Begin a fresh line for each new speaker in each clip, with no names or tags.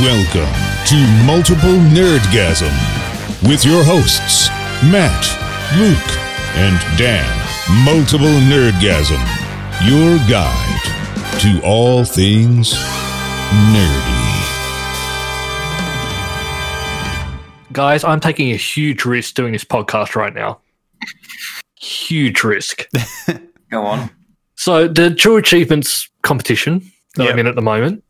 Welcome to Multiple Nerdgasm with your hosts, Matt, Luke, and Dan. Multiple Nerdgasm, your guide to all things nerdy.
guys, I'm taking a huge risk doing this podcast right now. huge risk.
Go on.
So the True Achievements competition that
Yep.
I'm in at the moment,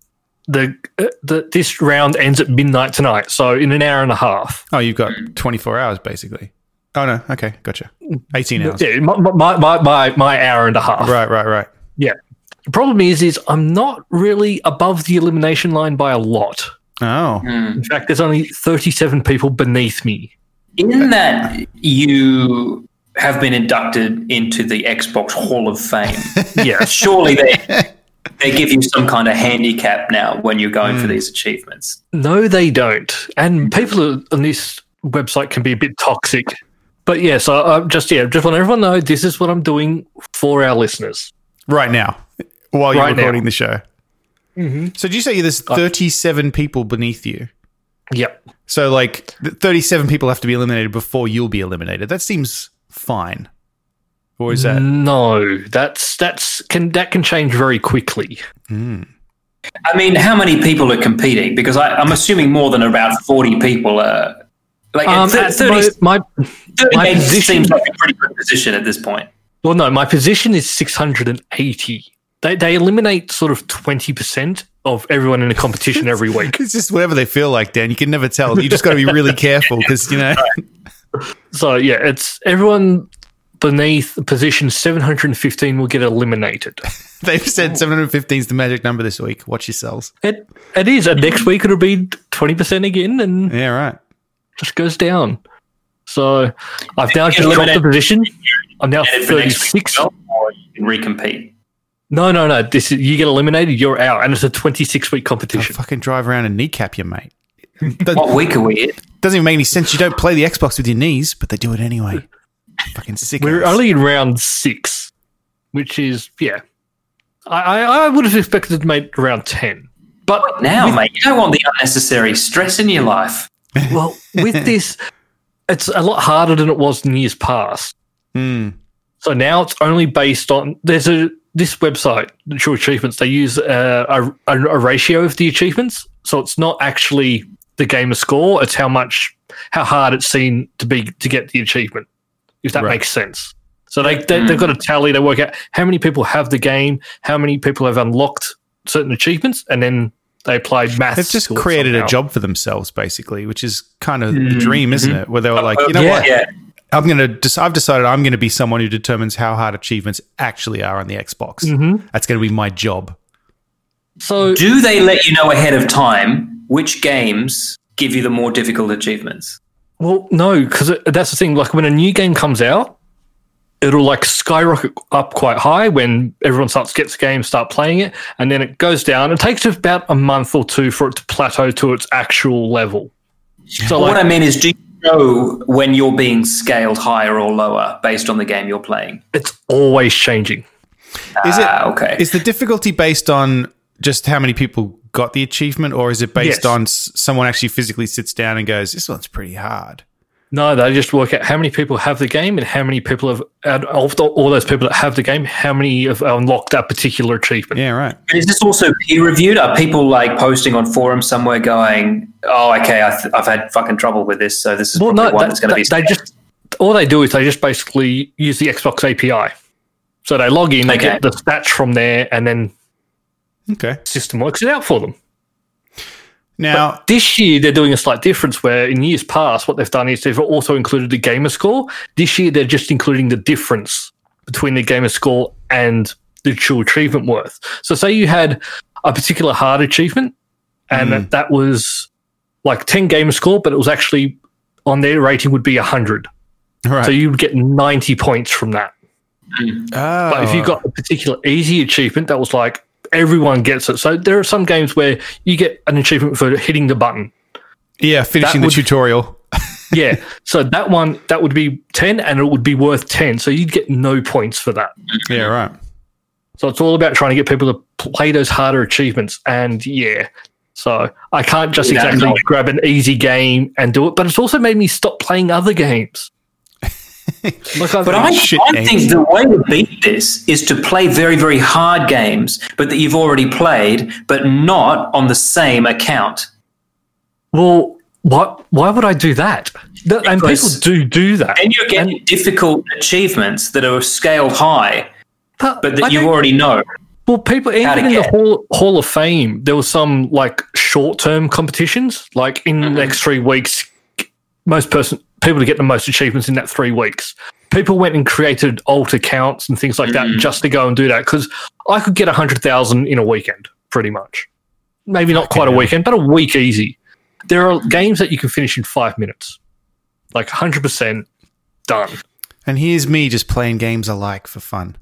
the, uh, the this round ends at midnight tonight. So in an hour and a half.
Oh, you've got 24 hours basically. Oh no, okay, gotcha. 18 hours.
Yeah, my, my, my, my, my hour and a half.
Right, right, right.
The problem is, is I'm not really above the elimination line by a lot.
Oh,
In fact, there's only 37 people beneath me.
In that you have been inducted into the Xbox Hall of Fame,
Yes.
surely they they give you some kind of handicap now when you're going for these achievements.
No, they don't. And people on this website can be a bit toxic. But yeah, so I just yeah, just want everyone to know this is what I'm doing for our listeners.
right now while you're
Right now. Mm-hmm.
recording the show. So did you say there's 37 people beneath you?
Yep.
So like th- 37 people have to be eliminated before you'll be eliminated. That seems fine. Or is
Mm.
that
No, that's that's can that can change very quickly.
Hmm.
I mean, how many people are competing? Because I, I'm assuming more than about 40 people are. Like
Um,
th-
at
30,
my, my
38
position-
seems like a pretty good position at this point.
well, no, my position is 680. They they eliminate sort of 20% of everyone in a competition every week.
it's just whatever they feel like, Dan. You can never tell. You just got to be really careful because you know.
So yeah, it's everyone beneath position 715 will get eliminated.
They've said 715 is the magic number this week. Watch yourselves.
It it is. And next week it'll be twenty percent again, and
Yeah, right.
just goes down. So I've now
You
just
can
dropped the
eliminate-
position. I'm now
And for
thirty
next week
six.
as well, Or you can recompete.
No, no, no. This is, you get eliminated. You're out, and it's a twenty six week
I'll
competition.
fucking drive around and kneecap you, mate.
What
Doesn't,
week are we in?
doesn't even make any sense. You don't play the Xbox with your knees, but they do it anyway. Fucking sick.
We're
ass.
only in round six, which is yeah. I I, I would have expected to make round ten, but
Now, mate, you don't want the unnecessary stress in your life.
well with this, it's a lot harder than it was in years past.
Hmm.
So now it's only based on there's a this website, the True Achievements. They use uh, a, a, a ratio of the achievements, so it's not actually the gamer score. It's how much how hard it's seen to be to get the achievement, if that
Right.
makes sense. So they, they they've
Mm.
got a tally. They work out how many people have the game, how many people have unlocked certain achievements, and then they apply math.
They've just created a job for themselves, basically, which is kind of the dream, isn't it? Where they were like, you know
yeah.
what?
Uh, Yeah.
I'm gonna. Dec- I've decided I'm gonna be someone who determines how hard achievements actually are on the Xbox.
hmm
That's gonna be my job.
So
Do they let you know ahead of time which games give you the more difficult achievements?
Well, no, because that's the thing. Like when a new game comes out, it'll like skyrocket up quite high when everyone starts gets the game, start playing it, and then it goes down. It takes about a month or two for it to plateau to its actual level. So
what
like,
I mean is, do you know when you're being scaled higher or lower based on the game you're playing?
it's always changing.
Is it?
Ah, okay.
Is the difficulty based on just how many people got the achievement, or is it based
Yes.
on s- someone actually physically sits down and goes, "This one's pretty hard"?
No, they just work out how many people have the game and how many people have out of the- all those people that have the game, how many have unlocked that particular achievement.
Yeah, right.
But is this also peer reviewed? Are people like posting on forums somewhere going, "Oh, okay, I th- I've had fucking trouble with this, so this is
Well,
probably
no,
one
that-
that's going to
that-
be."
they just all they do is they just basically use the Xbox API. So they log in, they
Okay.
get the stats from there, and then
Okay.
system works it out for them.
Now,
This year they're doing a slight difference where in years past what they've done is they've also included the gamer score. This year they're just including the difference between the gamer score and the true achievement worth. So say you had a particular hard achievement and
Mm.
that was like 10 gamer score, but it was actually on their rating would be 100.
right.
So you would get 90 points from that.
oh,
But if you got a particular easy achievement that was like everyone gets it. So there are some games where you get an achievement for hitting the button.
yeah, finishing the
would-
tutorial.
Yeah. so that one that would be 10 and it would be worth 10. So you'd get no points for that.
Yeah, right.
So it's all about trying to get people to play those harder achievements and yeah, So I can't just
Yeah,
exactly
no.
grab an easy game and do it. But it's also made me stop playing other games. Like I've-
But I,
Shit
I
names.
think the way to beat this is to play very, very hard games, but that you've already played, but not on the same account.
well, what? Why would I do that? That- and people
Because-
do do that.
And you're getting difficult achievements that are scaled high, but that
already.
you already know.
Well, people even in the
get-
hall, hall of Fame, there was some like short term competitions. Like in the next three weeks, most person people to get the most achievements in that three weeks. People went and created alt accounts and things like that just to go and do that because I could get a hundred thousand in a weekend, pretty much. Maybe not quite a weekend, but a week easy. There are games that you can finish in five minutes, like hundred percent done.
And here's me just playing games I like for fun.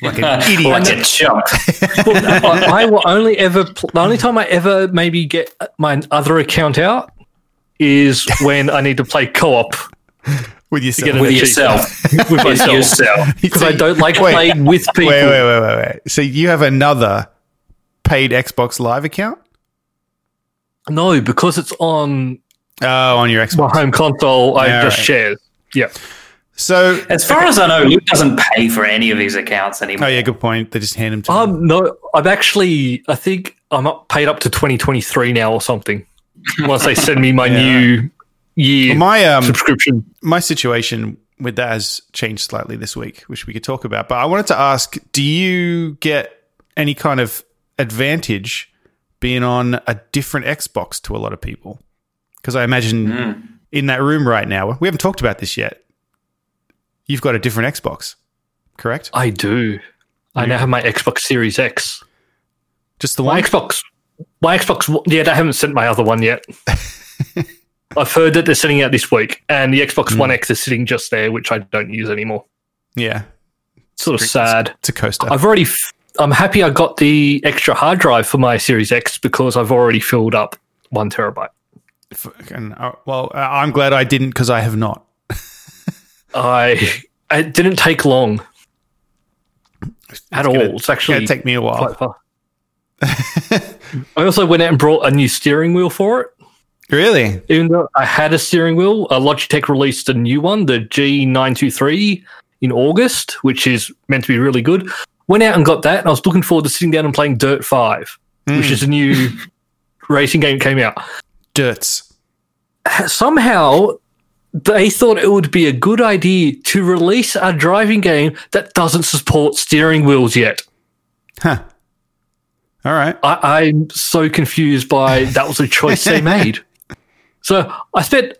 Like an idiot.
Like a chump.
I, I will only ever pl- the only time I ever maybe get my other account out is when I need to play co-op
with
to
yourself.
get an
With
achievement.
yourself.
with
With
myself
yourself.
because I don't like
Wait.
playing with people.
Wait, wait, wait, wait, wait. So you have another paid Xbox Live account?
No, because it's on
Oh, on your
my
Xbox.
home console. I
Yeah,
just
right.
share. Yeah,
So,
As far as I know, Luke doesn't pay for any of his accounts
oh
anymore.
yeah, good point. They just hand them to me.
um, no, I'm actually. I think I'm up, paid up to 2023 now or something. Once they send me my new year
My um,
subscription.
my situation with that has changed slightly this week, which we could talk about. But I wanted to ask: Do you get any kind of advantage being on a different Xbox to a lot of people? Because I imagine
Hmm.
in that room right now, we haven't talked about this yet. You've got a different Xbox, correct?
I do. I now have my Xbox Series X.
Just the
My
one.
Xbox. My Xbox. One- Yeah, they haven't sent my other one yet. I've heard that they're sending out this week, and the Xbox
Hmm.
One X is sitting just there, which I don't use anymore.
yeah,
Sort of sad.
it's a coaster.
I've already. F- I'm happy I got the extra hard drive for my Series X because I've already filled up one terabyte.
F- and, uh, well, uh, I'm glad I didn't because I have not.
I. It didn't take long. At all.
gonna-
it's actually
It'll take me a
quite far.
while.
I also went out and brought a new steering wheel for it.
Really?
even though I had a steering wheel, uh, Logitech released a new one, the G923, in August, which is meant to be really good. Went out and got that, and I was looking forward to sitting down and playing Dirt 5, which is a new racing game that came out.
Dirts.
Somehow, they thought it would be a good idea to release a driving game that doesn't support steering wheels yet.
Huh. All right.
I, I'm so confused by that was a choice they made. So I spent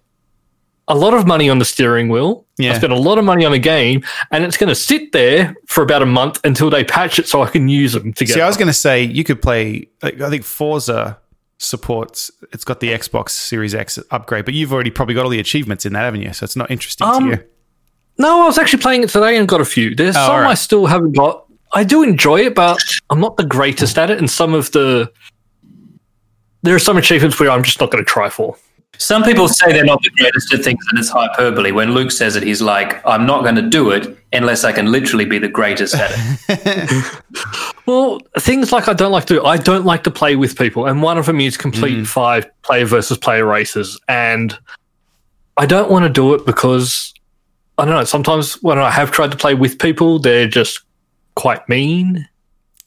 a lot of money on the steering wheel.
Yeah.
I spent a lot of money on a game, and it's going to sit there for about a month until they patch it so I can use them together.
See, I was going to say you could play. Like, I think Forza supports. It's got the Xbox Series X upgrade, but you've already probably got all the achievements in that, haven't you? So it's not interesting
Um,
to you.
no, I was actually playing it today and got a few. There's some
Oh, alright.
I still haven't got. I do enjoy it, but I'm not the greatest at it. And some of the there are some achievements where I'm just not going to try for.
Some people say they're not the greatest at things, and it's hyperbole. When Luke says it, he's like, I'm not going to do it unless I can literally be the greatest at it.
Well, things like I don't like to do. I don't like to play with people, and one of them is complete five player versus player races, and I don't want to do it because I don't know. Sometimes when I have tried to play with people, they're just quite mean,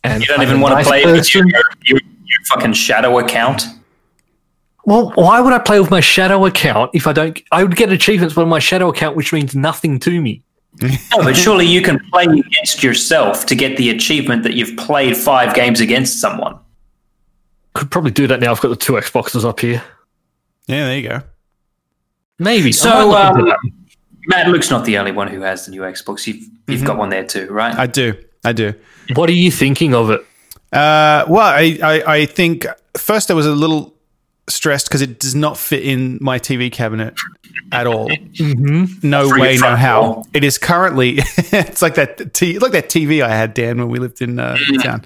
and
You don't
I'm
even
a
want to
nice
play it with your,
person.
your, your fucking shadow account.
Well, why would I play with my shadow account if I don't? I would get achievements with my shadow account, which means nothing to me.
No, but surely you can play against yourself to get the achievement that you've played five games against someone.
Could probably do that now. I've got the two Xboxes up here.
Yeah, there you go.
Maybe I might
So,
look into
um,
that.
Matt, Luke's not the only one who has the new Xbox. You've,
Mm-hmm.
you've got one there too, right?
I do. I do.
what are you thinking of it?
Uh, well, I, I, I think first I was a little stressed because it does not fit in my TV cabinet at all. No
Free
way, no
front
how.
wall.
It is currently. it's like that. T, like that TV I had, Dan, when we lived in uh, town.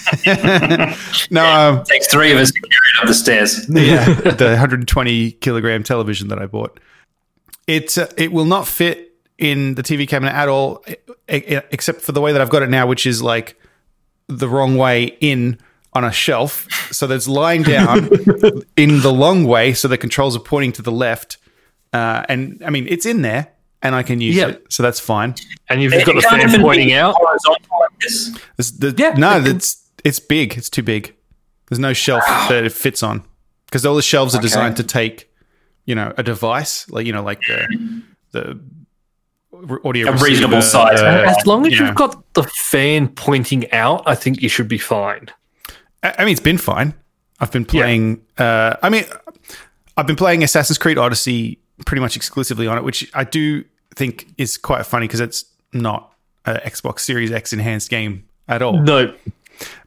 no, um,
It takes three of us to carry it up the stairs.
yeah, the 120 kilogram television that I bought. It uh, it will not fit in the TV cabinet at e, all, e- e- except for the way that I've got it now, which is like the wrong way in on a shelf. So that's lying down in the long way. So the controls are pointing to the left. Uh, and I mean, it's in there and I can use
Yeah.
it. So that's fine.
and you've got the
It can't even
fan
be
pointing out.
horizontal like this.
It's the,
Yeah,
no,
it can-
it's, it's big. It's too big. There's no shelf that it fits on because all the shelves are designed to take, you know, a device like, you know, like the, the audio
A reasonable
uh,
receiver,
size.
the-
As long as
you know.
you've got the fan pointing out, I think you should be fine.
I I mean, it's been fine. I've been playing. Uh, I mean, I've been playing Assassin's Creed Odyssey pretty much exclusively on it, which I do think is quite funny because it's not an Xbox Series X enhanced game at all.
No,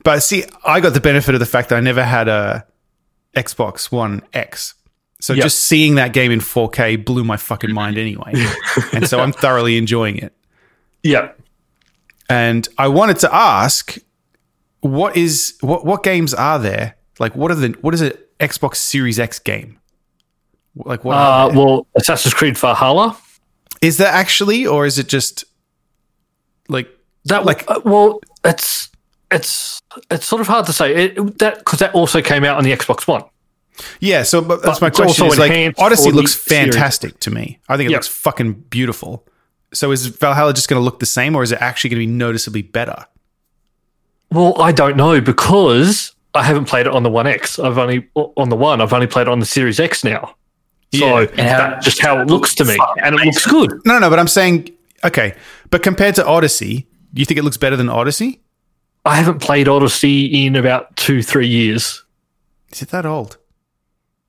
But see, I got the benefit of the fact that I never had a Xbox One X. So
Yep.
just seeing that game in 4K blew my fucking mind anyway. and so I'm thoroughly enjoying it.
yeah.
And I wanted to ask, what is what what games are there? Like, what are the what is an Xbox Series X game? Like, what are-
Uh, well, Assassin's Creed Valhalla.
is that actually, or is it just like
That
Like-
like Uh, well, it's it's it's sort of hard to say it, that because that also came out on the Xbox One.
yeah? So but that's
But
my
it's
question.
also
Is like
enhanced
Odyssey
for the
looks
series.
fantastic to me. I think it
Yeah.
looks fucking beautiful. So is Valhalla just going to look the same, or is it actually going to be noticeably better?
Well, I don't know because I haven't played it on the One X. I've only on the One. I've only played it on the Series X now. So
Yeah.
And how-
that's just how it looks to me,
Fuck,
and it looks good.
No, no, but I'm saying okay. But compared to Odyssey, do you think it looks better than Odyssey?
I haven't played Odyssey in about two, three years.
Is it that old?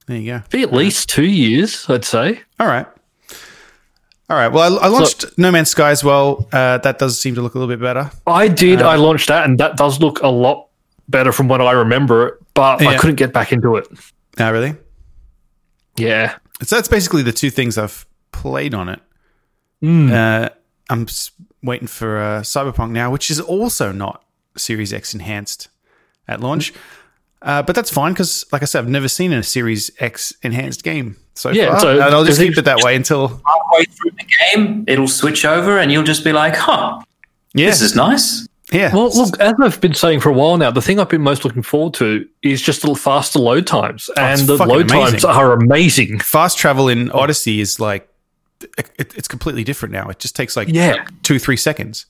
There you go.
Be at least two years, I'd say.
All right. All right. Well, I, I launched No Man's Sky as well. Uh, that does seem to look a little bit better.
I did. I launched that, and that does look a lot better from what I remember it. But I
Yeah.
couldn't get back into it.
No, really.
Yeah,
So that's basically the two things I've played on it.
Hmm.
Uh, I'm s- waiting for uh, Cyberpunk now, which is also not Series X enhanced at launch. Uh, but that's fine because, like I said, I've never seen a Series X enhanced game so
Yeah,
far,
so
and I'll just
does it-
keep it that way until
Halfway through the game, it'll switch over, and you'll just be like, "Huh,
yeah,
this is nice."
yeah.
Well, look, as I've been saying for a while now, the thing I've been most looking forward to is just the faster load times, and the
fucking
load times
amazing.
are amazing.
fast travel in Odyssey is like it, it's completely different now. It just takes like
Yeah.
two three seconds.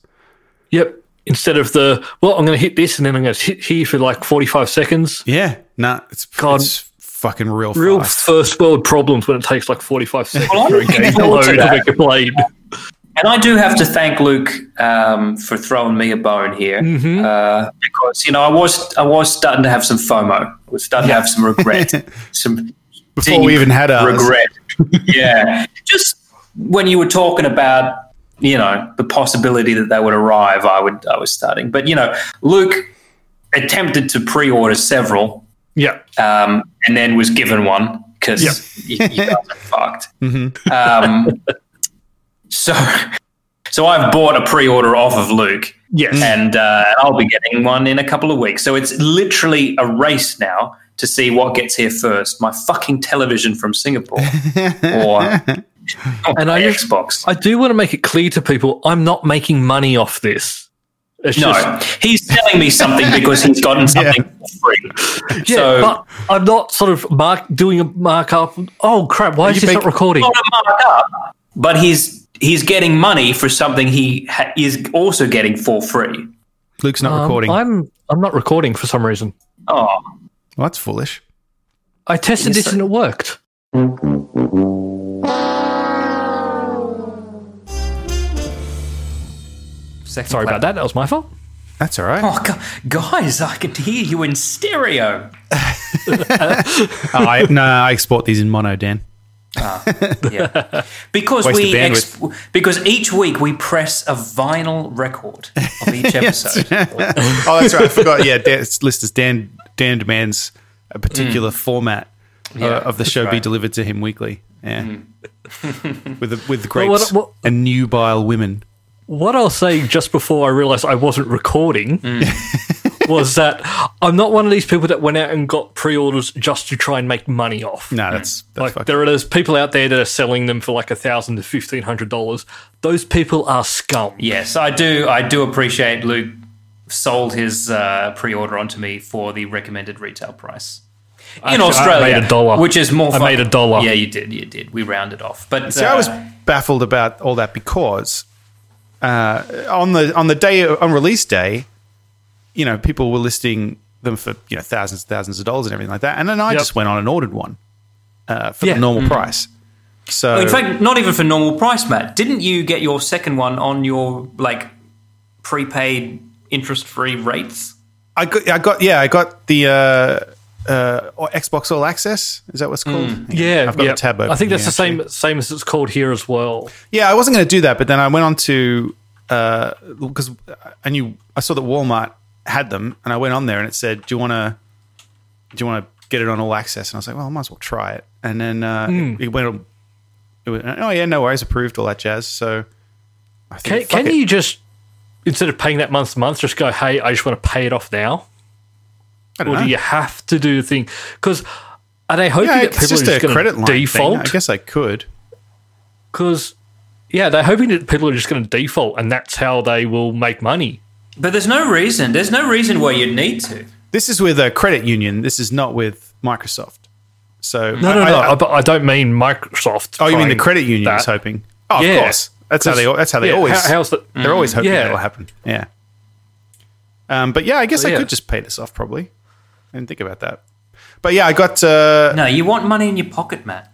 Yep. Instead of the well, I'm going to hit this, and then I'm going to hit here for like 45 seconds.
Yeah, nah, it's
God.
it's fucking real,
Real
fast.
first world problems when it takes like 45 seconds
Well, I'm
for a
looking
game to
forward
load
to
of a plane.
And I do have to thank Luke um, for throwing me a bone here,
Mm-hmm.
uh, because you know I was I was starting to have some FOMO. I was starting to have some regret, some
Before we
deep
even had ours.
regret. yeah, just when you were talking about you know the possibility that they would arrive, I would I was starting, but you know Luke attempted to pre-order several
Yeah.
um, and then was given one because you, you guys are fucked.
Mm-hmm.
Um, so, so I've bought a pre-order off of Luke,
Yes.
and uh, I'll be getting one in a couple of weeks. So it's literally a race now to see what gets here first: my fucking television from Singapore or, or
And
my
I just-
Xbox.
I do want to make it clear to people I'm not making money off this. It's
no,
just
he's selling me something because he's gotten something for free.
Yeah,
so,
but I'm not sort of mark doing a markup. Oh crap! Why
You
is this
make-
not recording?
not a markup, but he's he's getting money for something he ha- is also getting for free.
Luke's not
Um,
recording.
I'm I'm not recording for some reason.
Oh,
well, that's foolish.
I tested
Yes,
this and it worked.
second
Sorry about that. That was my fault.
That's all right.
Oh, gu- guys, I can hear you in stereo.
Oh, I, no, I export these in mono, Dan.
Yeah, because
Waste
we
of
ex- because each week we press a vinyl record of each episode.
Oh, that's right. I forgot. Yeah, Dan, it's list is Dan. Dan demands a particular format uh,
Yeah,
of the show be delivered to him weekly. Yeah, with the, with grapes
what- what-
and nubile women.
What I was saying just before I realised I wasn't recording was that I'm not one of these people that went out and got pre-orders just to try and make money off.
No, that's that's
Like
fucking.
there are those people out there that are selling them for like a thousand to fifteen hundred dollars. Those people are scum.
yes, I do. I do appreciate Luke sold his uh, pre-order onto me for the recommended retail price in
I- I
Australia,
made a dollar.
which is more.
I made a dollar.
Yeah, you did. You did. We rounded off, but
See, I was
uh,
baffled about all that because uh, on the on the day on release day, you know, people were listing them for you know thousands and thousands of dollars and everything like that, and then I
Yep.
just went on and ordered one uh, for
Yeah. Mm-hmm.
the normal price. So
in fact, not even for normal price, Matt. Didn't you get your second one on your like prepaid interest-free rates?
I got, I got, yeah, I got the uh, uh, Xbox All Access. Is that what's called?
Mm. Yeah,
I've got
yeah.
the tab open.
I think that's
here,
the same
actually.
same as it's called here as well.
Yeah, I wasn't going to do that, but then I went on to because I knew I saw that Walmart had them, and I went on there and it said, "Do you want to? Do you want to get it on All Access?" And I was like, "Well, I might as well try it." And then uh,
Hmm.
it, it went. on- It went, oh yeah, no worries, approved all that jazz. So I
Can,
think, fuck
can
it.
you just instead of paying that month to month, just go, hey, I just want to pay it off now,
I don't
or
know.
do you have to do the thing? Because are they hoping
yeah,
that
it's
people are
just
just
a
going
credit
to
line thing. I
default?
guess I could.
Because yeah, they're hoping that people are just going to default, and that's how they will make money.
But there's no reason. There's no reason why you'd need to.
This is with a credit union. This is not with Microsoft. So
No, no, no. I, but I don't mean Microsoft.
Oh, you mean the
trying
credit union
that.
is hoping? Oh,
Yeah.
of course. That's how they. That's how they
Yeah,
always.
how- how's the-
they're always hoping
Yeah.
it'll happen. Yeah. Um, but yeah, I guess
But
I
Oh, yeah.
could just pay this off. Probably. I didn't think about that. But yeah, I got. Uh,
No, you want money in your pocket, Matt.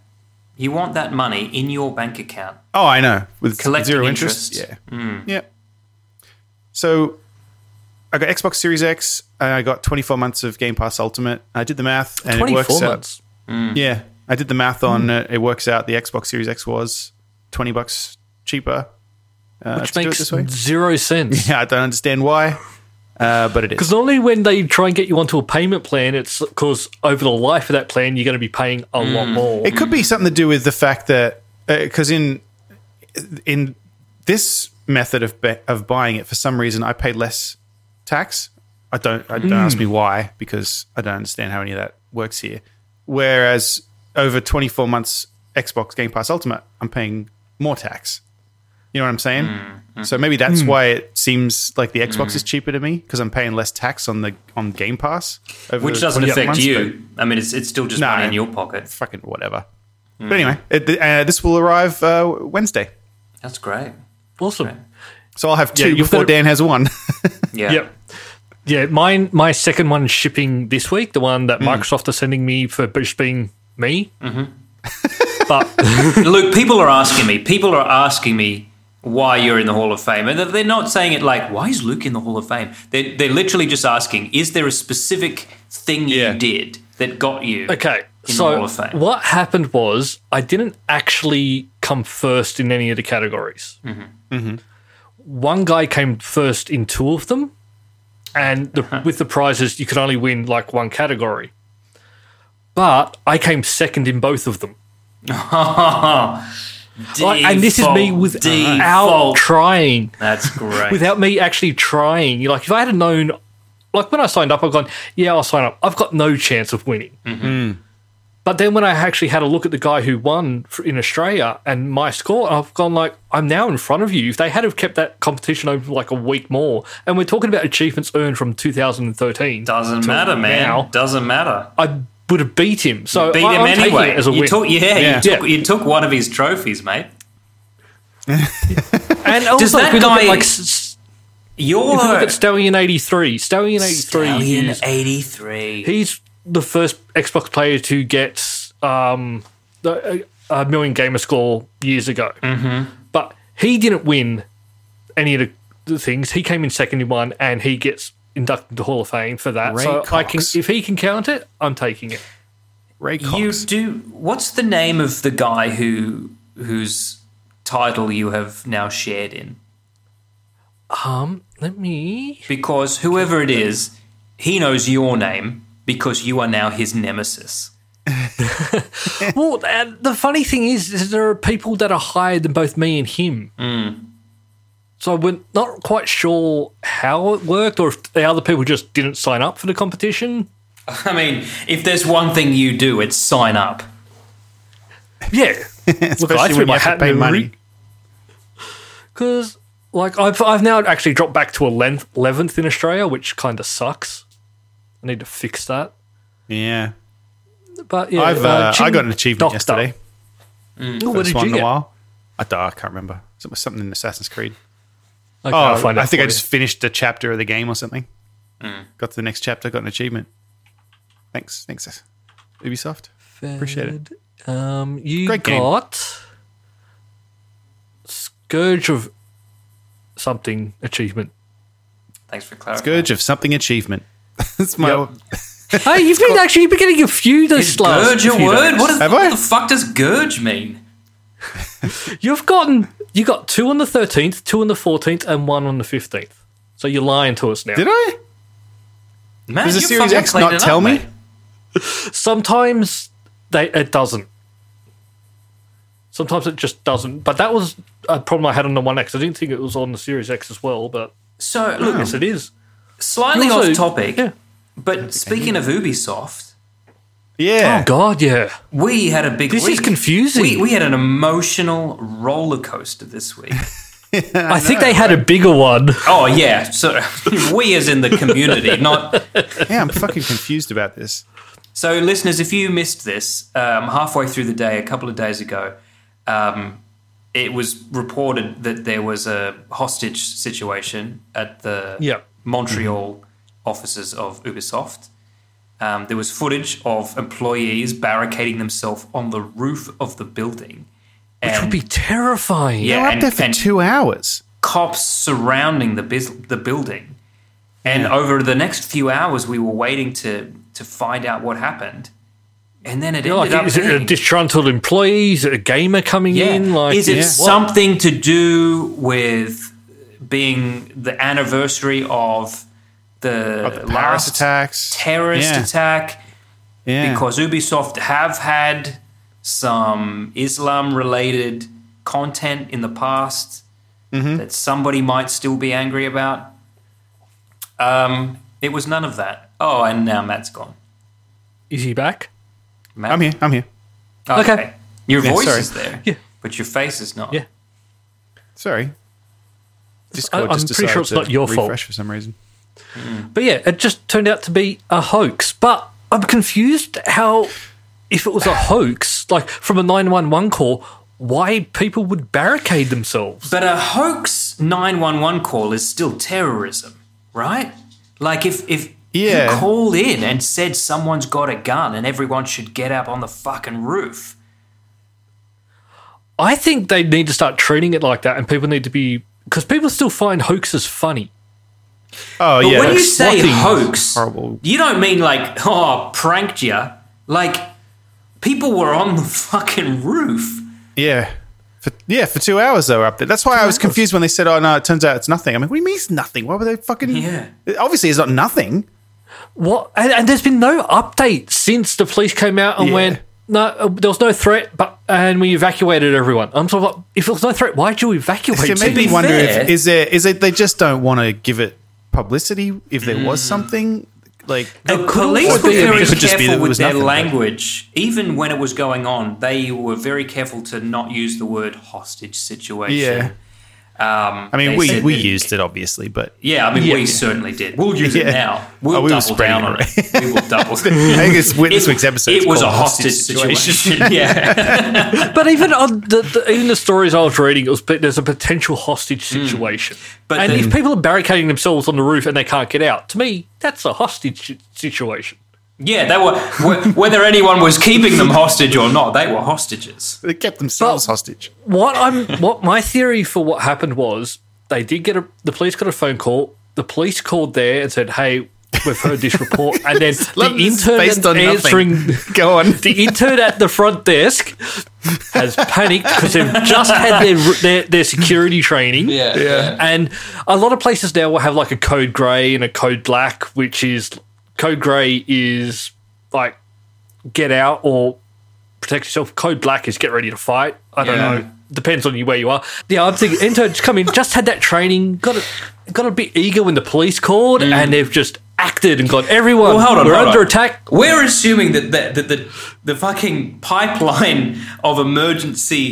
You want that money in your bank account.
Oh, I know. With
Collecting
zero interest.
interest.
Yeah.
Hmm.
Yeah. So I got Xbox Series X. And I got 24 months of Game Pass Ultimate. I did the math, and it
Twenty
works
four
out.
months. Hmm.
Yeah, I did the math on uh, it. Works out the Xbox Series X was twenty bucks cheaper. Uh,
Which
to do it
makes
this way.
zero sense.
Yeah, I don't understand why, uh, but it is.
Because normally when they try and get you onto a payment plan, it's because over the life of that plan, you're going to be paying a lot more.
Mm. It could be something to do with the fact that because in in this method of be- of buying it, for some reason, I pay less tax. I don't. I don't ask
Hmm.
me why because I don't understand how any of that works here. Whereas over twenty four months Xbox Game Pass Ultimate, I'm paying more tax. You know what I'm saying?
Hmm,
So maybe that's why it seems like the Xbox is cheaper to me because I'm paying less tax on the on Game Pass, over
Which
the
doesn't
24
affect
months, but-
you. I mean, it's, it's still just
No.
money in your pocket.
fucking whatever. But anyway,
Mm.
it, uh, this will arrive uh, Wednesday,
That's great.
Awesome.
so I'll have two
you've
before
got-
Dan has one.
Yeah.
Yep. Yeah, mine. My second one is shipping this week. The one
Hmm.
that Microsoft are sending me for just being me. But
Look, people are asking me. People are asking me why you're in the Hall of Fame, and they're not saying it like, "Why is Luke in the Hall of Fame?" They're, they're literally just asking, "Is there a specific thing
Yeah.
you did that got you?"
okay,
In the Hall
so
of Fame.
what happened was I didn't actually come first in any of the categories.
Mm-hmm.
One guy came first in two of them, and the,
Uh-huh.
with the prizes you could only win like one category. But I came second in both of them. Like, and this is me
Oh, Default,
without
default.
trying.
That's great.
without me actually trying. You're like, if I had known, like when I signed up, I've gone, yeah, I'll sign up. I've got no chance of winning.
Mm-hmm.
Mm. But then when I actually had a look at the guy who won for, in Australia and my score, I've gone like, I'm now in front of you. If they had have kept that competition open for like a week more, and we're talking about achievements earned from 2013,
doesn't matter, man.
now.
Doesn't matter.
I would have beat him. So
Beat
I,
him
I'm taking
anyway.
it as a
you
win.
Took, yeah,
Yeah.
You, took,
Yeah.
you took one of his trophies, mate.
and also,
that
if we look
guy-
at like. s- s-
You're
If we look at Stallion 83, Stallion 83
Stallion
is-
83.
he's the first Xbox player to get um, the, a, a million gamer score years ago. Mm-hmm. But he didn't win any of the, the things. He came in second in one, and he gets inducted to the Hall of Fame for that.
Ray
so I can,
Cox.
if he can count it, I'm taking it.
Ray
You
Cox.
do. What's the name of the guy who whose title you have now shared in?
Um, let me.
Because whoever it is, he knows your name because you are now his nemesis.
Well, and the funny thing is, is there are people that are higher than both me and him. So we're not quite sure how it worked, or if the other people just didn't sign up for the competition.
I mean, if there's one thing you do, it's sign up.
Yeah.
Especially
I threw
when you
my
have
hat
to pay
in the
money.
ring. Because Like I've I've now actually dropped back to eleventh in Australia, which kind of sucks. I need to fix that.
Yeah.
But yeah,
I've uh, I got an achievement
Doctor. Mm.
yesterday.
Ooh, what
First
did
one
you
in a
get?
while. I, don't- I can't remember. It was something in Assassin's Creed.
Okay,
Oh,
I'll find
I
out
think
for
I
you.
just finished a chapter of the game or something. Got to the next chapter, got an achievement. Thanks, thanks, Ubisoft. Appreciate it.
Um, you
Great game.
got Scourge of something achievement.
Thanks for clarifying.
Scourge of something achievement. That's my.
hey, you've been actually you've been getting a few this last
Gurge a
few
word?
days.
What, is,
Have I?
what the fuck does gurge mean?
You've gotten you got two on the thirteenth, two on the fourteenth, and one on the fifteenth. So you're lying to us now.
Did I?
Man,
Does the
you
Series
fucking
X
cleaned
not
it
tell
up,
me?
mate.
Sometimes they it doesn't. Sometimes it just doesn't. But that was a problem I had on the One X. I didn't think it was on the Series X as well, but
So, look,
Oh.
yes, it is.
slightly
You also-
off topic,
Yeah.
but speaking of Ubisoft,
Yeah.
Oh God, yeah.
we had a big
This
week.
is confusing.
We, we had an emotional roller coaster this week.
I, think they had a bigger one.
oh, yeah. So, we as in the community, not
yeah, I'm fucking confused about this.
So, listeners, if you missed this, um, halfway through the day, a couple of days ago, um, it was reported that there was a hostage situation at the
Yeah.
Montreal offices of Ubisoft. Um, there was footage of employees barricading themselves on the roof of the building.
It would
And,
be terrifying.
They
yeah,
were up
and-
there for
and-
two hours.
cops surrounding the bus- the building. And over the next few hours, we were waiting to to find out what happened. And then it
Like,
ended up
is it a
being,
disgruntled employee? Is it a gamer coming
yeah.
in? Like,
is it
yeah.
something to do with being the anniversary of the,
The Paris
last
attacks.
terrorist
yeah.
attack?
Yeah.
because Ubisoft have had some Islam related content in the past
Mm-hmm.
that somebody might still be angry about. Um, it was none of that. Oh, and now Matt's gone.
Is he back?
Matt,
I'm here. I'm here.
Okay.
Your
Yeah,
voice
sorry.
is there,
Yeah.
but your face is not.
Yeah.
Sorry. Discord
I- I'm pretty sure
decided
it's
to
not your fault.
refresh for some reason.
But yeah, it just turned out to be a hoax. But I'm confused how, if it was a hoax, like from a 911 call, why people would barricade themselves.
But a hoax 911 call is still terrorism, right? Like if if
Yeah.
you called in and said someone's got a gun and everyone should get up on the fucking roof.
I think they need to start treating it like that, and people need to be because people still find hoaxes funny.
Oh
But
yeah.
when you
that's-
say
nothing
hoax,
horrible.
you don't mean like, oh, pranked ya. Like, people were on the fucking roof.
Yeah. For, yeah, for two hours they were up there. That's why I was confused when they said, "Oh no, it turns out it's nothing." I mean, what do you mean it's nothing? Why were they fucking?
Yeah.
Obviously, it's not nothing.
What? And, and there's been no update since the police came out and
Yeah.
went. No, uh, there was no threat, but and we evacuated everyone. I'm sort of like, if there was no threat, why'd you evacuate?
it made
people?
me wonder
fair-
if is there is it they just don't want to give it publicity if there was something like
The
could
police
also
were
be- it
very
could
just be that
careful
it
with
was
their
nothing, but-
language. Even when it was going on, they were very careful to not use the word hostage
yeah.
situation. Yeah. Um,
I mean,
they
we
said
we
that-
used it obviously, but
Yeah, I mean,
Yeah.
we certainly did. We'll use
Yeah.
it now.
Oh,
We'll
we were
double
spreading
down on
it.
it. We will double
I think it's with this week's episode.
It
it's
was a
called
hostage, situation. yeah.
But even on the, the even the stories I was reading, it was but there's a potential hostage
Hmm.
situation.
But
and
then-
if people are barricading themselves on the roof and they can't get out, to me that's a hostage si- situation.
Yeah, they were wh- whether anyone was keeping them hostage or not, they were hostages.
They kept themselves
But-
hostage.
What I'm what my theory for what happened was they did get a the police got a phone call. The police called there and said, "Hey, we've heard this report," and then the
Love this is
intern
based on
answering.
nothing. Go on.
The intern at the front desk has panicked because they've just had their, their their security training.
yeah.
And a lot of places now will have like a code grey and a code black, which is code grey is like get out or protect yourself. Code black is get ready to fight. I don't
Yeah.
know. Depends on you where you are. Yeah, I'm thinking interns come in, just had that training, got a, got a bit eager when the police called, and they've just acted and gone. Everyone,
Mm. Well, hold on,
we're
hold
under
on.
attack.
We're assuming that the, that the, the fucking pipeline of emergency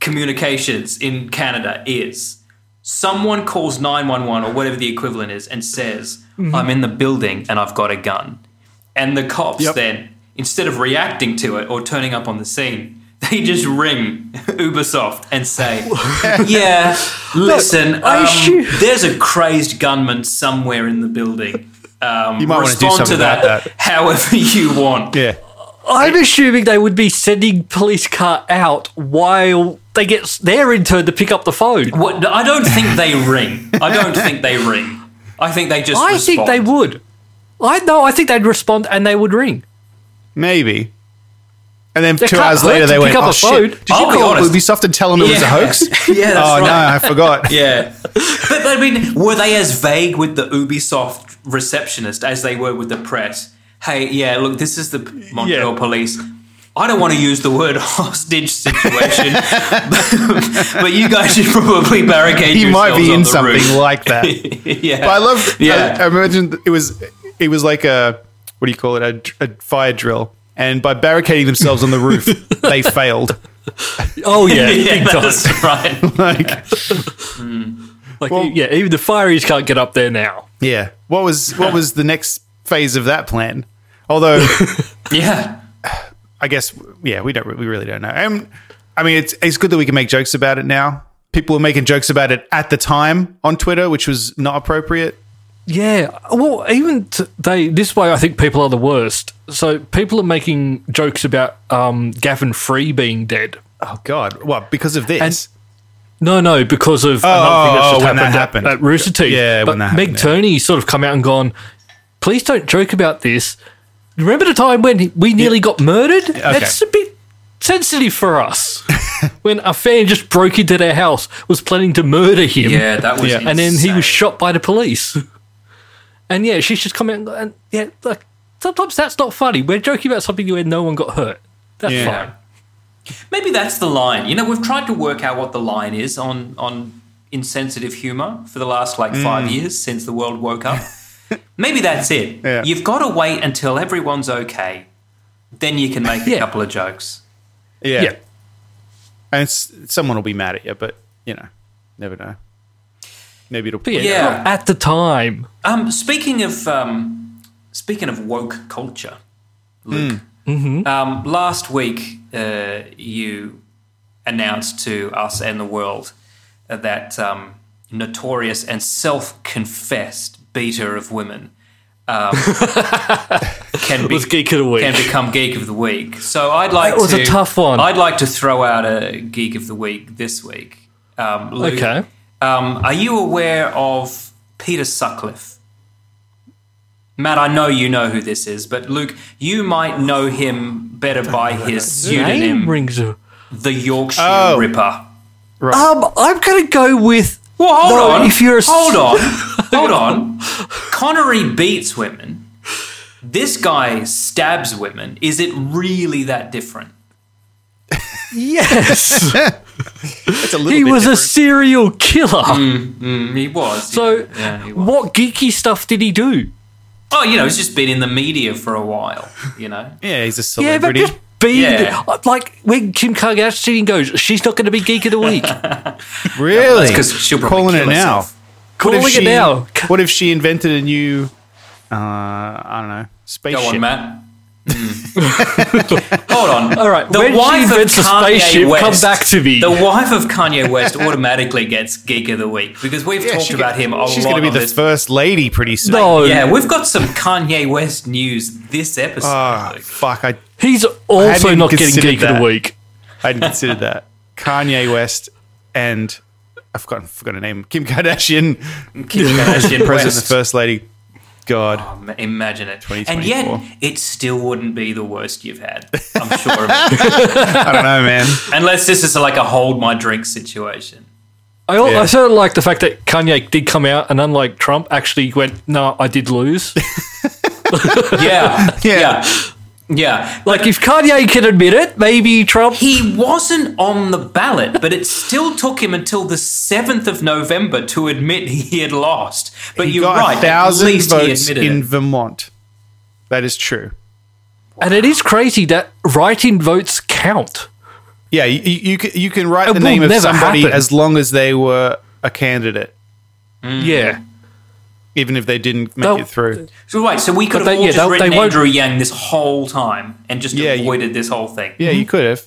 communications in Canada is someone calls 911 or whatever the equivalent is and says, I'm in the building and I've got a gun. And the cops
Yep.
then, instead of reacting to it or turning up on the scene, they just ring Ubisoft and say, Yeah, listen,
I
um,
assume-
there's a crazed gunman somewhere in the building. Um,
might wanna do
respond to
something
that,
about that.
however you want.
Yeah.
I'm assuming they would be sending police car out while they get s- their intern to pick up the phone.
What, I don't think they ring. I don't think they ring. I think they just.
I think they
respond.
would. I no, I think they'd respond and they would ring.
Maybe. And then two
can't
hours
hurt to
later, they
pick
went,
up
oh,
a phone."
shit. Did you
I'll be
call
honest.
Ubisoft and tell them it was a
Yeah.
hoax?
Yeah, that's right.
oh, no, I forgot.
Yeah. but I mean, were they as vague with the Ubisoft receptionist as they were with the press? Hey, yeah, look, this is the Montreal
Yeah.
police. I don't want to use the word hostage situation, but, you guys should probably barricade
He might
yourselves
be
on
in
the
something
roof.
like that.
yeah.
But I love.
Yeah.
I, I imagine it was it was like a what do you call it? A, a fire drill. And by barricading themselves on the roof, they failed.
Oh yeah,
yeah,
big time.
that's right.
Like,
Like, yeah, even the fireys can't get up there now.
yeah. What was what was the next phase of that plan? Although
Yeah.
I guess yeah, we don't we really don't know. And I mean, it's it's good that we can make jokes about it now. People were making jokes about it at the time on Twitter, which was not appropriate.
Yeah, well, even t- they this way, I think people are the worst. So people are making jokes about um, Gavin Free being dead.
Oh God, what because of this?
No, no, because of another thing that's
oh,
just
when
happened,
that happened.
At, at Rooster Teeth.
Yeah,
but
when that
Meg
happened, yeah.
Turney sort of come out and gone, please don't joke about this. Remember the time when he- we nearly got murdered? That's a bit sensitive for us. when a fan just broke into their house, was planning to murder him,
Yeah, that was.
Yeah.
and then he
insane.
was shot by the police. And yeah, she's just coming and yeah, like sometimes that's not funny. We're joking about something where no one got hurt. That's
Yeah.
fine.
Maybe that's the line. You know, we've tried to work out what the line is on on insensitive humor for the last like five
Mm.
years since the world woke up. Maybe that's it.
Yeah.
You've got to wait until everyone's okay, then you can make a
Yeah.
couple of jokes.
yeah.
yeah.
and s someone will be mad at you, but you know, never know. Maybe it'll.
But yeah,
Yeah.
not at the time.
Um, speaking of um, speaking of woke culture, Luke. Um, last week, uh, you announced to us and the world that um, notorious and self-confessed beater of women um, can be
Was Geek of the Week.
can become geek of the week. So I'd like
That was
to,
a tough one.
I'd like to throw out a geek of the week this week. Um, Luke,
Okay.
Um, are you aware of Peter Sutcliffe? Matt, I know you know who this is, but Luke, you might know him better by his
Name
pseudonym,
rings a
the Yorkshire
Oh.
Ripper.
Um, I'm gonna go with.
Well, hold
No,
on.
if you're a-
hold on, hold on. Connery beats women. This guy stabs women. Is it really that different?
Yes,
It's a little
he
bit
was a
different.
serial killer.
He was.
So,
yeah, he was.
what geeky stuff did he do?
Oh, you know, he's just been in the media for a while, you know?
yeah, he's a
Yeah, but
celebrity.
just being
Yeah.
like when Kim Kardashian goes, she's not going to be geek of the week.
really,
Because she'll probably
calling
kill
it now.
herself.
What if
Calling it
she-
now.
What if she invented a new? Uh, I don't know. Spaceship.
Go on, Matt. Mm. hold on.
All right,
the
when she
wife of
invents a
Kanye
spaceship, come
West,
back to me.
The wife of Kanye West automatically gets Geek of the Week because we've
Yeah,
talked
she
about
get-
him a
She's
lot
gonna be
on
the
this.
first lady pretty soon.
No,
yeah, we've got some Kanye West news this episode.
Ah,
Luke.
fuck! I
he's also
even
not getting
considered
geek of
that.
the week.
I hadn't considered that. Kanye West and I've forgotten, forgotten her name. Kim Kardashian,
Kim Kardashian
present the
West.
first lady. God,
Um, Imagine it.
2024.
And yet, it still wouldn't be the worst you've had. I'm sure of it.
I don't know, man.
Unless this is like a hold my drink situation.
I, al-
Yeah.
I sort of like the fact that Kanye did come out and, unlike Trump, actually went, "No, I did lose."
Yeah.
Yeah.
yeah. Yeah.
like if Kanye can admit it, maybe Trump.
He wasn't on the ballot, but it still took him until the 7th of November to admit he had lost. But
He
you're
got
right.
a
at
thousand
least
votes
he
in
admitted
Vermont. That is true.
And it is crazy that write-in votes count.
Yeah, you, you, you can you can write
It
the
will
name of
never
somebody
happen.
as long as they were a candidate,
Yeah.
even if they didn't make
They'll-
it through.
So wait, so we could
But
have
they-
all
yeah,
just
they'll-
written
they won't-
Andrew Yang this whole time and just
Yeah, you-
avoided this whole thing.
Yeah, you could have.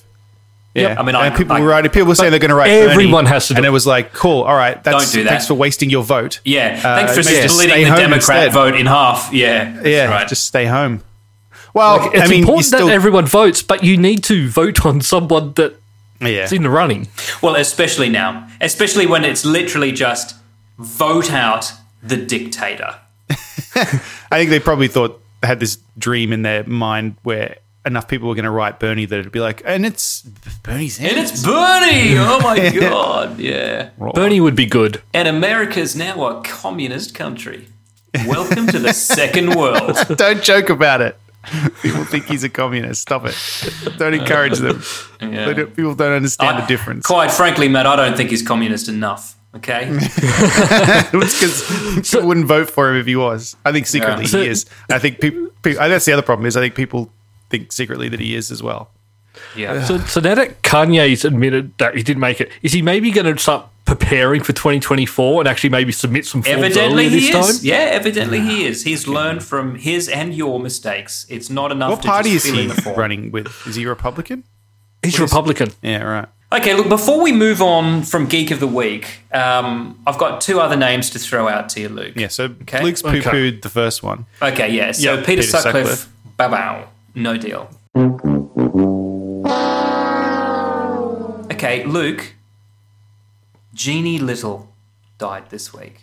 Yeah,
I mean,
and
I-
people
I-
were writing. People were saying they're going to write.
everyone
Bernie,
has to do
and it
it.
was like, cool. All right, that's,
do that.
thanks for wasting your vote.
Yeah,
Uh,
thanks for
maybe
just
just
splitting
stay
the
home
Democrat
instead.
vote in half. Yeah, that's
Yeah,
right.
just stay home. Well,
It's
I mean, you
important
still,
that everyone votes, but you need to vote on someone that's
yeah,
in the running.
well, especially now, especially when it's literally just vote out the dictator.
I think they probably thought had this dream in their mind where enough people were going to write Bernie that it'd be like, and it's Bernie's in
And it's Bernie. Oh my god! Yeah,
Bernie would be good.
and America's now a communist country. Welcome to the second world.
Don't joke about it. People think he's a communist. Stop it. Don't encourage them. They don't- people don't understand the
I-
difference.
Quite frankly, Matt, I don't think he's communist enough. Okay.
because people wouldn't vote for him if he was. I think secretly
So-
he is. I think people. people that's the other problem is I think people think secretly that he is as well.
Yeah.
So, so now that Kanye's admitted that he didn't make it, is he maybe going to start preparing for 2024 and actually maybe submit some forms
Evidently
earlier
he
this
is.
time?
Yeah, evidently he is. He's learned from his and your mistakes. It's not enough.
What
to
party is
just fill
he
in the form.
running with? Is he Republican?
He's Republican.
Yeah, right.
Okay, look. Before we move on from Geek of the Week, um, I've got two other names to throw out to you, Luke.
Yeah, so
Okay.
Luke's poo pooed the first one.
Okay. Yeah. So
Yeah,
Peter,
Peter Sutcliffe.
Sutcliffe, Babao, no deal. Okay, Luke. Jeannie Little died this week.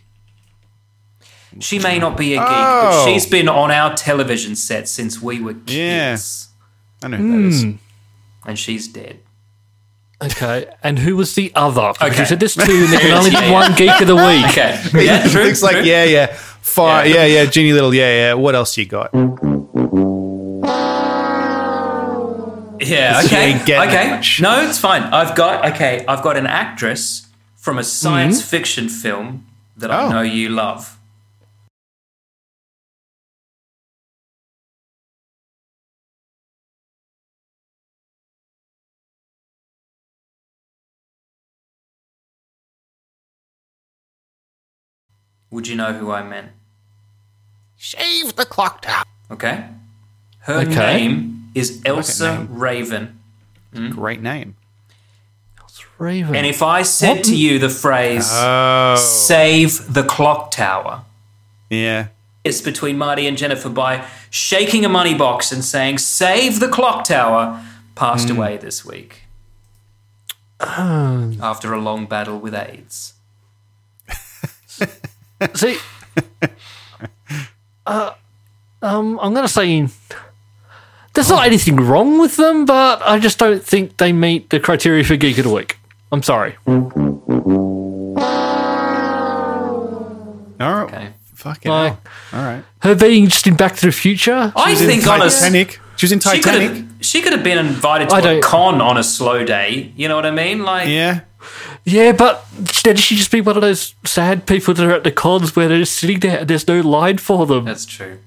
She may not be a geek,
Oh.
but she's been on our television set since we were kids,
Yeah. I know who that
Hmm.
is.
and she's dead.
Okay. And who was the other? Because
Okay.
you said there's two and there can only
Yeah,
be
yeah.
one geek of the week.
Okay, yeah, true.
Luke's like,
true.
yeah, yeah, fine, yeah,
Yeah.
yeah, Jeannie Little, yeah, yeah. What else you got?
Yeah,
She
okay.
ain't getting
okay.
much.
No, it's fine. I've got okay, I've got an actress from a science fiction film that
Mm-hmm. Oh.
I know you love. Would you know who I meant?
Shave the clock down.
Okay. Her
Okay.
name is Elsa
name.
Raven.
Great name.
Raven.
And if I said to you the phrase
Oh,
"save the clock tower,"
yeah.
it's between Marty and Jennifer by shaking a money box and saying "save the clock tower," passed
Hmm.
away this week
Ah.
after a long battle with AIDS.
See, uh, um, I'm going to say there's not anything wrong with them, but I just don't think they meet the criteria for Geek of the Week. I'm sorry.
All right.
Okay.
Fucking
Like,
hell. All right.
her being just in Back to the Future.
I think on a
Titanic. She was in
she could
Titanic.
have she could have been invited
I
to a
don't-
con on a slow day. You know what I mean? Like
Yeah.
Yeah, but did she just be one of those sad people that are at the cons where they're just sitting there and there's no line for them?
that's true.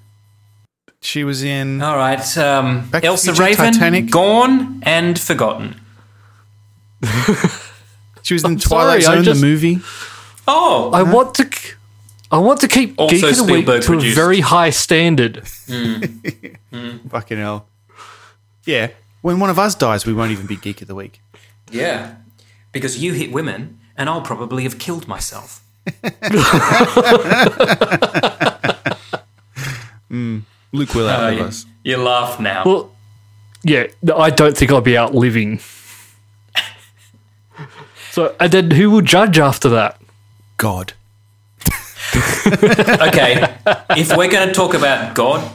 She was in.
All right, um,
Back to the
Elsa
Future,
Raven,
Titanic.
gone and forgotten.
She was in
sorry,
Twilight
I
Zone,
just-
the movie.
Oh,
I want to. k- I want to keep
Also
Geek of the
Spielberg
Week to
produced.
a very high standard.
Fucking hell. Yeah. When one of us dies, we won't even be Geek of the Week.
Yeah. Because you hit women, and I'll probably have killed myself.
Luke will
Oh,
outlive
you,
us.
you laugh now.
Well, yeah, no, I don't think I'll be out living. so, and then who will judge after that?
God.
okay, if we're going to talk about God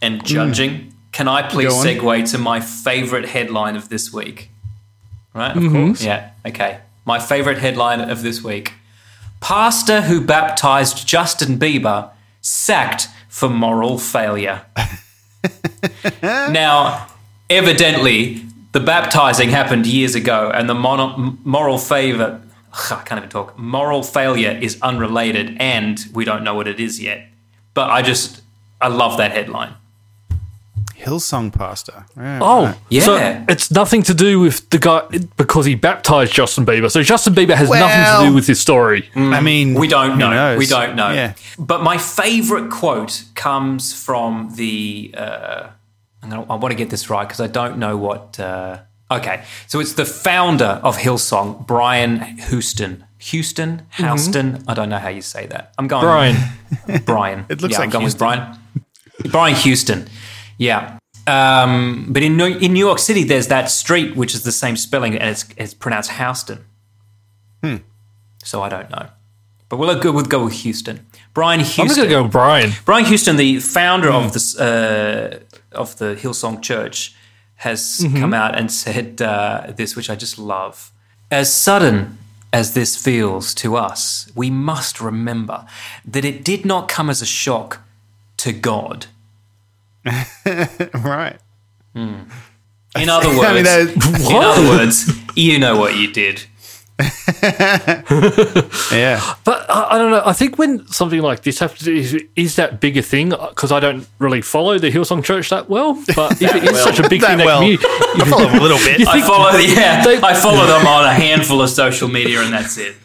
and judging, can I please
Go on.
segue to my favorite headline of this week? Right? Of course. Yeah, okay. My favorite headline of this week Pastor who baptized Justin Bieber sacked for moral failure. now, evidently, the baptizing happened years ago, and the mono- moral favor. Ugh, I can't even talk. Moral failure is unrelated, and we don't know what it is yet. But I just, I love that headline.
Hillsong pastor. Yeah,
Oh,
Yeah.
So it's nothing to do with the guy because he baptized Justin Bieber. So Justin Bieber has nothing
Well-
to do with his story.
I mean,
mm. We don't
who
know.
knows?
We don't know.
Yeah.
But my favorite quote comes from the. Uh, I'm gonna, I want to get this right because I don't know what. Uh, okay, so it's the founder of Hillsong, Brian Houston. Houston,
Mm-hmm.
Houston. I don't know how you say that. I'm going
Brian,
Brian. it
looks
yeah,
like
I'm going with Brian. Brian Houston. Yeah. Um, but in New, in New York City, there's that street which is the same spelling and it's, it's pronounced Houston. Hmm. So I don't know. But we'll go, we'll go with Houston. Brian
I'm just
Houston.
gonna go with Brian.
Brian Houston, the founder
Mm.
of this uh, of the Hillsong Church, has
Mm-hmm.
come out and said uh, this, which I just love. As sudden as this feels to us, we must remember that it did not come as a shock to God.
Right.
In other words,
I mean, that-
in other words, you know what you did.
yeah.
But I, I don't know. I think when something like this happens, is, is that bigger thing? Because I don't really follow the Hillsong Church that well. But if it is such a big
That
thing,
well.
that community,
I follow a little bit.
I follow, yeah,
They-
I follow them on a handful of social media, and that's it.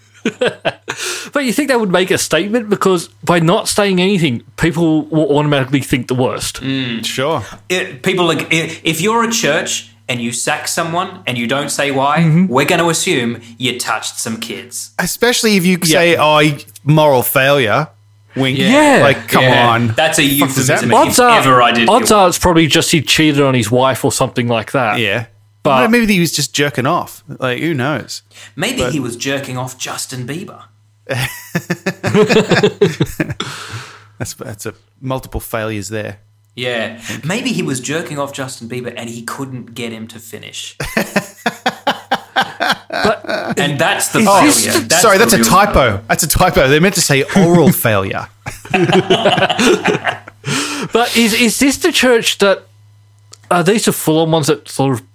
but you think that would make a statement because by not saying anything, people will automatically think the worst.
Mm.
Sure.
it, people like i- if you're a church and you sack someone and you don't say why
Mm-hmm.
we're going to assume you touched some kids
Especially if you say, "Oh, you- moral failure." Wink.
Yeah.
Like, come
Yeah.
on.
that's a
does that
euphemism
mean?
if
Odds are,
ever i did
odds are it's probably just he cheated on his wife or something like that.
yeah.
But-
Well, maybe he was just jerking off. Like, who knows?
maybe he was jerking off justin bieber
That's that's a multiple failures there.
yeah maybe he was jerking off justin bieber and he couldn't get him to finish and that's the failure.
this-
Sorry, that's
the
a
real-
typo. That's a typo. They meant to say oral failure.
But is is this the church that are these the full on ones that sort of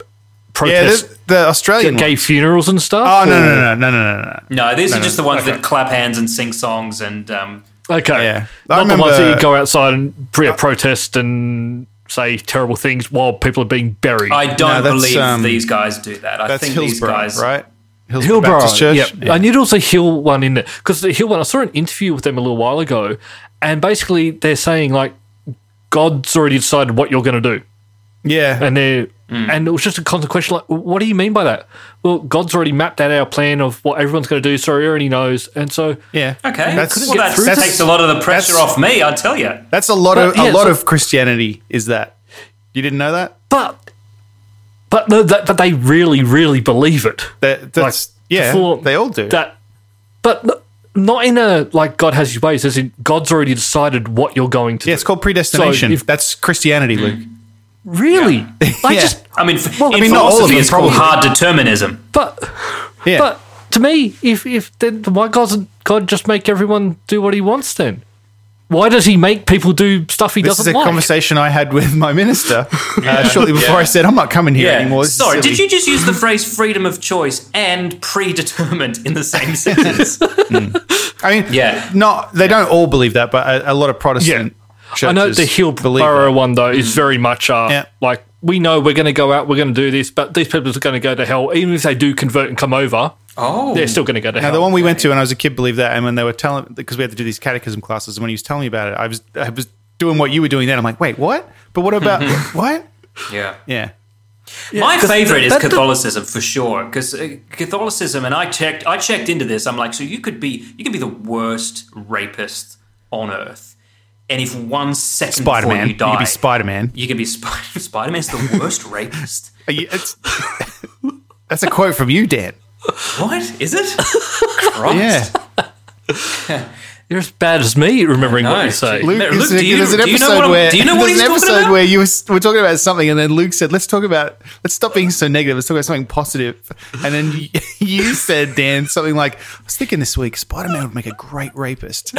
protest
the, the Australian.
gay funerals and stuff?
one. Oh no no no no no no no.
no these are just the ones that clap hands and sing songs and um,
Okay.
Yeah.
Not
I
the ones that
remember- Uh,
you go outside and pre protest and say terrible things while people are being buried.
i don't
that's,
believe
um,
these guys do that i
That's
think these
Hillsborough,
guys
right? Hillsborough,
Hillborough.
Baptist Church.
Yep. I need also Hill one in there because the Hill one. I saw an interview with them a little while ago, and basically they're saying like God's already decided what you're going to do,
Yeah.
and they are
Mm.
and it was just a constant question like, what do you mean by that? Well, God's already mapped out our plan of what everyone's going to do, so He already knows, and so
Yeah.
Okay.
That's
well, that
that's,
takes a lot of the pressure
that's-
off me, I tell you.
that's a lot of
Well, yeah,
a lot
so-
of Christianity is that. You didn't know that?
but but no, that, but they really really believe it.
That that's
Like,
yeah.
full-
They all do.
that but n- not in a like god has his ways as in god's already decided what you're going to do
yeah, it's called predestination.
So if-
that's Christianity, Luke.
really i
Yeah.
just
I mean, f
Well,
in
I mean,
not all of
philosophy,
them,
it's called
probably.
hard determinism.
but
Yeah.
but to me if if then why doesn't god just make everyone do what he wants then why does he make people do stuff he
this is
doesn't
a
like?
conversation I had with my minister uh, shortly before I said, I'm not coming here anymore. This is
Sorry, did
silly."
you just use the phrase freedom of choice and predetermined in the same sentence?
I mean,
Yeah.
not they don't all believe that, but a, a lot of Protestant churches
I know the
believe
Hillborough one though is very much uh,
Mm. Yeah.
like we know we're going to go out, we're going to do this, but these people are going to go to hell. Even if they do convert and come over,
oh.
they're still going to go to
Now,
hell.
the one we went to when I was a kid believed that, and when they were telling because we had to do these catechism classes, and when he was telling me about it, I was I was doing what you were doing then. I'm like, wait, what? But what about what?
yeah.
Yeah,
My
'cause
favorite is
that- that-
Catholicism for sure, because Catholicism, and I checked, I checked into this. I'm like, so you could be, you could be the worst rapist on earth, and if one second
Spider
before
Man.
you
You, could
die,
be Spider Man.
you can be Spider. Spider Man's the worst rapist.
It's that's a quote from you, Dan.
What is it? Christ.
Yeah,
You're as bad as me remembering
I
what
know,
you say.
gee. Luke,
there's
do
a-
you-
there's an
do you know
episode
what I'm-
where
do you know what
there's
he's
an
talking
episode
about?
where you was- were talking about something, and then Luke said, "Let's talk about let's stop being so negative. Let's talk about something positive." And then you, you said, Dan, something like, "I was thinking this week, Spider Man would make a great rapist."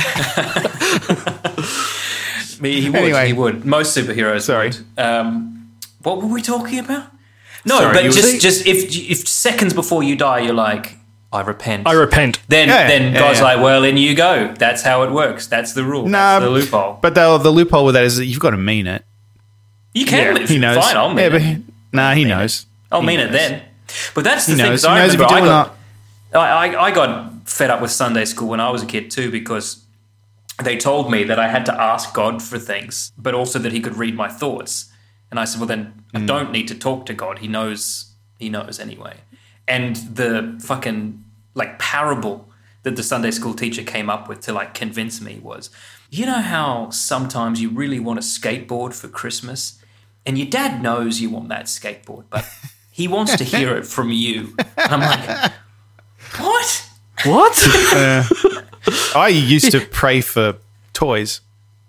He would.
Anyway.
He would. Most superheroes.
Sorry.
would. Um, what were we talking about? No,
Sorry,
but
you-
just just if if seconds before you die, you're like, I repent.
I repent.
Then
Yeah,
then
yeah,
God's
yeah.
like, well, in you go. That's how it works. That's the rule.
Nah,
That's the loophole.
But the, the loophole with that is that you've got to mean it.
You can.
He knows.
Fine, I'll mean
yeah, but
it.
he, nah, he knows.
I'll
He
mean it
knows.
then. But that's the
He
thing.
knows.
'cause
He
I
knows if you
remember
do
I
or
got
not.
I, I, I got fed up with Sunday school when I was a kid too because they told me that I had to ask God for things, but also that He could read my thoughts. And I said, well, then I don't need to talk to God. He knows. He knows anyway. And the fucking like parable that the Sunday school teacher came up with to like convince me was, you know how sometimes you really want a skateboard for Christmas, and your dad knows you want that skateboard, but he wants to hear it from you. And I'm like, what?
What?
I used to pray for toys,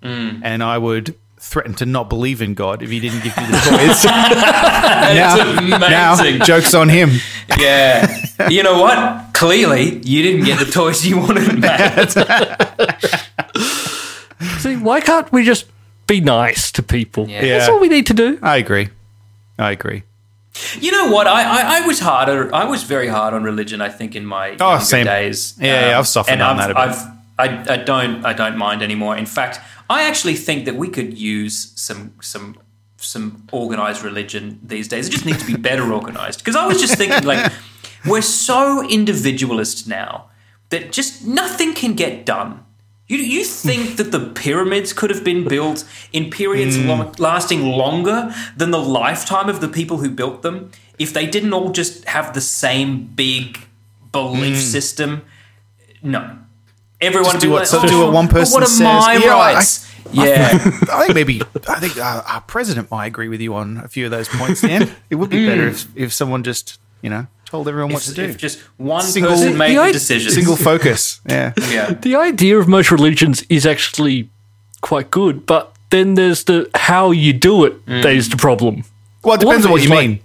Mm.
and I would threaten to not believe in God if he didn't give me the toys. now,
amazing.
now, jokes on him.
Yeah. You know what? Clearly, you didn't get the toys you wanted, Matt.
See, why can't we just be nice to people? That's
Yeah.
all we need to do.
I agree. I agree.
you know what? I, I, I was harder. I was very hard on religion. I think in my
Oh,
younger
same.
days. Um,
Yeah, yeah, I've suffered
and
on
I've,
that a bit.
I've- I, I don't. I don't mind anymore. In fact, I actually think that we could use some some some organized religion these days. It just needs to be better organized. Because I was just thinking, like, we're so individualist now that just nothing can get done. You, you think that the pyramids could have been built in periods long, lasting longer than the lifetime of the people who built them if they didn't all just have the same big belief system? No. Everyone
Just do
be
what-
like,
so
"Oh,
do what one
but
person
what are
says."
my
Yeah, I-
rights? yeah.
I think maybe I think uh, our president might agree with you on a few of those points. Dan, it would be better if, if someone just you know told everyone what to
Mm. If,
do.
if just one
Single-
person made
The
the
i-
decision.
Single focus. Yeah.
yeah.
The idea of most religions is actually quite good, but then there's the how you do it
Mm.
that is the problem.
Well, it
A lot
depends
of
on what
it
you
is like-
mean.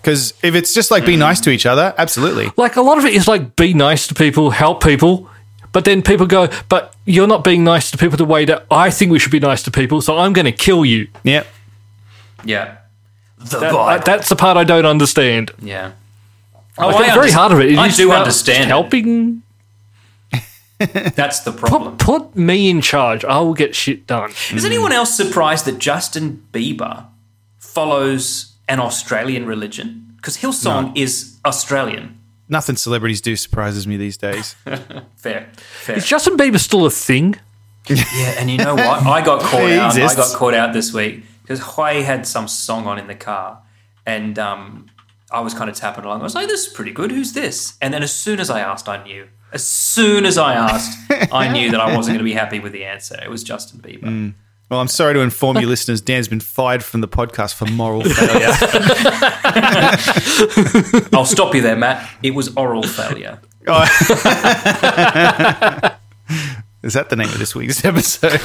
Because if it's just like be
Mm.
nice to each other, absolutely.
Like a lot of it is like be nice to people, help people, but then people go, but you're not being nice to people the way that I think we should be nice to people, so I'm going to kill you.
Yeah.
Yeah. The
That- I-
Bible.
that's the part I don't understand.
yeah. Oh,
Like, at the very
underst-
heart of it, it
I
is
do
about
understand. Help.
helping
That's the
put,
problem. Mm.
put me in charge. I will get shit done.
Is anyone else surprised that Justin Bieber follows an Australian religion? Because Hillsong is Australian.
Nothing celebrities do surprises me these days.
Fair. Fair.
Is Justin Bieber still a thing?
yeah, and you know what? I got caught
He
out. I
exists.
got caught out this week because Hui had some song on in the car, and um, I was kind of tapping along. I was like, "This is pretty good. Who's this?" And then as soon as I asked, I knew. As soon as I asked, I knew that I wasn't going to be happy with the answer. It was Justin Bieber.
Well, I'm sorry to inform you, listeners. Dan's been fired from the podcast for moral failure.
I'll stop you there, Matt. It was oral failure.
Oh. Is that the name of this week's episode?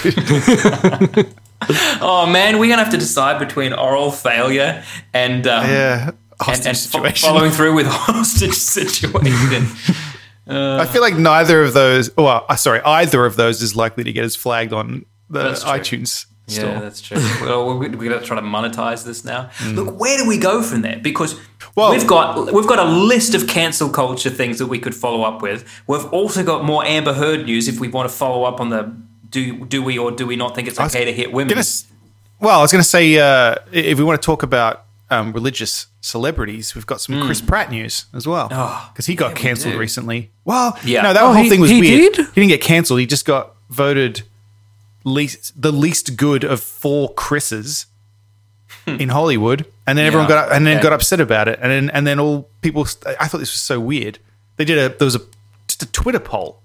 Oh man, we're gonna have to decide between oral failure and um,
yeah.
and,
Hostage
and fo-
situation.
following through with hostage situation.
I feel like neither of those. Well, uh, sorry, either of those is likely to get us flagged on the
That's true.
iTunes store. Mm.
Yeah, that's true. well, we're, we're going to try to monetize this now. Look, where do we go from there? Because
Well-
we've got we've got a list of cancel culture things that we could follow up with. We've also got more Amber Heard news if we want to follow up on the do do we or do we not think it's
was
okay to hit women?
gonna s- well, I was going to say uh, i- if we want to talk about um, religious celebrities, we've got some
Hmm.
Chris Pratt news as well
Oh,
Ah.
because he got cancelled
do.
recently. Well,
Yeah.
yeah, no, that
Oh,
whole
he-
thing was
he
weird.
did?
He didn't get cancelled. He just got voted least the least good of four Chris's
Hmm.
in Hollywood, and then everyone
Yeah.
got and then
Okay.
got upset about it, and then and then all people. st- I thought this was so weird. They did a there was a just a Twitter poll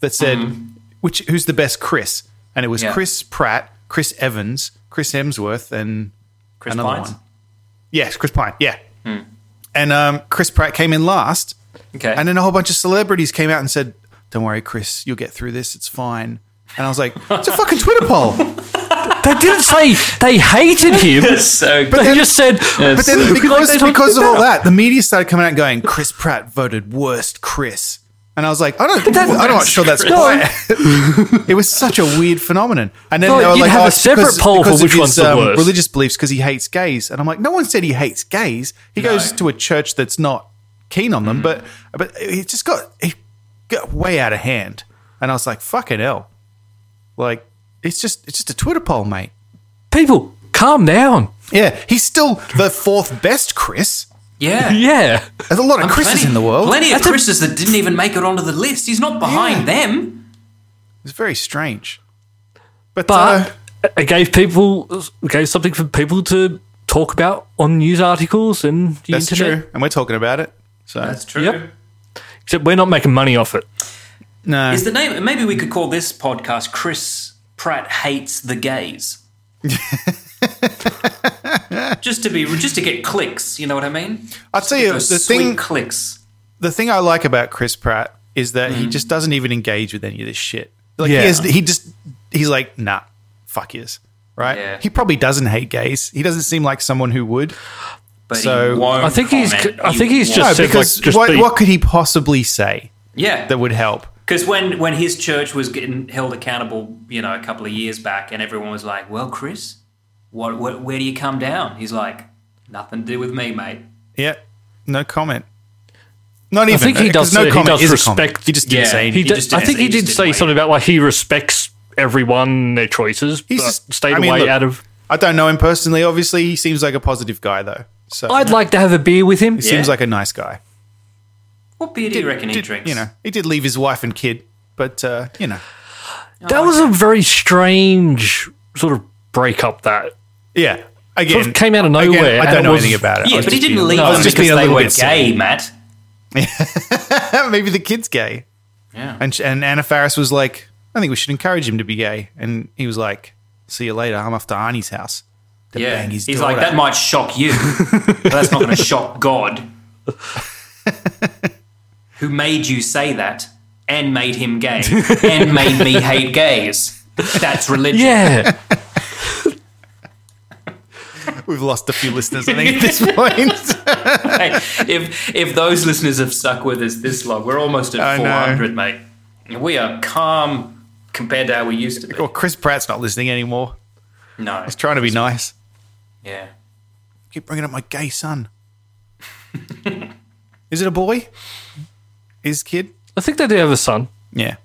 that said which who's the best Chris, and it was
Mm-hmm. Yeah.
Chris Pratt, Chris Evans, Chris Hemsworth, and
Chris
another
Pines?
one. Yes, Chris Pine. Yeah, and um, Chris Pratt came in last,
Okay.
and then a whole bunch of celebrities came out and said, "Don't worry, Chris, you'll get through this. It's fine." And I was like, "It's a fucking Twitter poll."
They didn't say they hated him.
so
they just said,
But then because,
Like,
because of all that, the media started coming out and going, Chris Pratt voted worst Chris. And I was like, I don't,
that's-
I'm not sure that's
No.
quite. it was such a weird phenomenon. And then
No,
they were
you'd
like,
have
oh,
a
it's
separate
because-
poll for
because of
which
his, um,
one's the worst.
Religious beliefs because he hates gays. And I'm like, no one said he hates gays. He goes to a church that's not keen on them, but but it just got it got way out of hand. And I was like, fucking hell, like it's just it's just a Twitter poll, mate.
people calm down.
Yeah, he's still the fourth best Chris.
Yeah.
Yeah.
There's a lot of Chris's
Plenty-
in the world.
Plenty of Chris's that didn't even make it onto the list. He's not behind them.
It's very strange. But, uh,
But it gave people it gave something for people to talk about on news articles and the
that's
internet.
true. And we're talking about it. So
true.
Yep. Except we're not making money off it.
no.
Is the name? Maybe we could call this podcast "Chris Pratt Hates the Gays." just to be, just to get clicks. You know what I mean?
I'll tell you the
Those sweet
thing
clicks.
the thing I like about Chris Pratt is that he just doesn't even engage with any of this shit. Like
Mm. Yeah.
he, is, he just he's like, nah, fuck yes. Right?
Yeah.
He probably doesn't hate gays. He doesn't seem like someone who would.
But
So-
he won't
I think he's-
comment.
I
He
think he's
won't.
just-
No,
said, like,
because
just
what,
be-
what could he possibly say
yeah.
that would help?
Because when, when his church was getting held accountable, you know, a couple of years back, and everyone was like, "Well, Chris, what, what where do you come down?" He's like, "Nothing to do with me, mate."
Yeah. No comment. Not even.
think he
because
does- he does
is a comment.
respect-
He just didn't
Yeah.
say
He,
anything.
did,
just
I
didn't-
think
he
he
just
did
didn't
say
like-
something about like he respects everyone, their choices,
He's
but
just-
stayed
I mean,
away
look,
out of.
I don't know him personally. Obviously, he seems like a positive guy, though. So
Oh,
I'd like to have a beer with him.
he seems like a nice guy.
What beer do you reckon he
Did-
drinks?
You know, he did leave his wife and kid, but uh, you know,
That was a very strange sort of breakup. That
yeah.
sort
Again,
of came out of
again,
nowhere.
I
and
don't
it
know
was-
anything about it. I
yeah,
was
but he
just
didn't
being-
leave
I was
them
just
because
being a
they
little
were
bit silly.
gay, Matt.
Maybe the kid's gay.
Yeah.
And and Anna Faris was like, I think we should encourage him to be gay, and he was like, See you later. I'm off to Arnie's house. to
Yeah,
bang his
he's like
daughter."
that might shock you, but that's not going to shock God, who made you say that and made him gay and made me hate gays. That's religion.
Yeah,
We've lost a few listeners. I think at this point.
Hey, if if those listeners have stuck with us this long, we're almost
I
at
know.
four hundred, mate. We are calm compared to how we used to be.
well, Chris Pratt's not listening anymore.
No,
He's trying to be nice.
yeah.
Keep bringing up my gay son. Is it a boy? His kid?
I think they do have a son.
Yeah.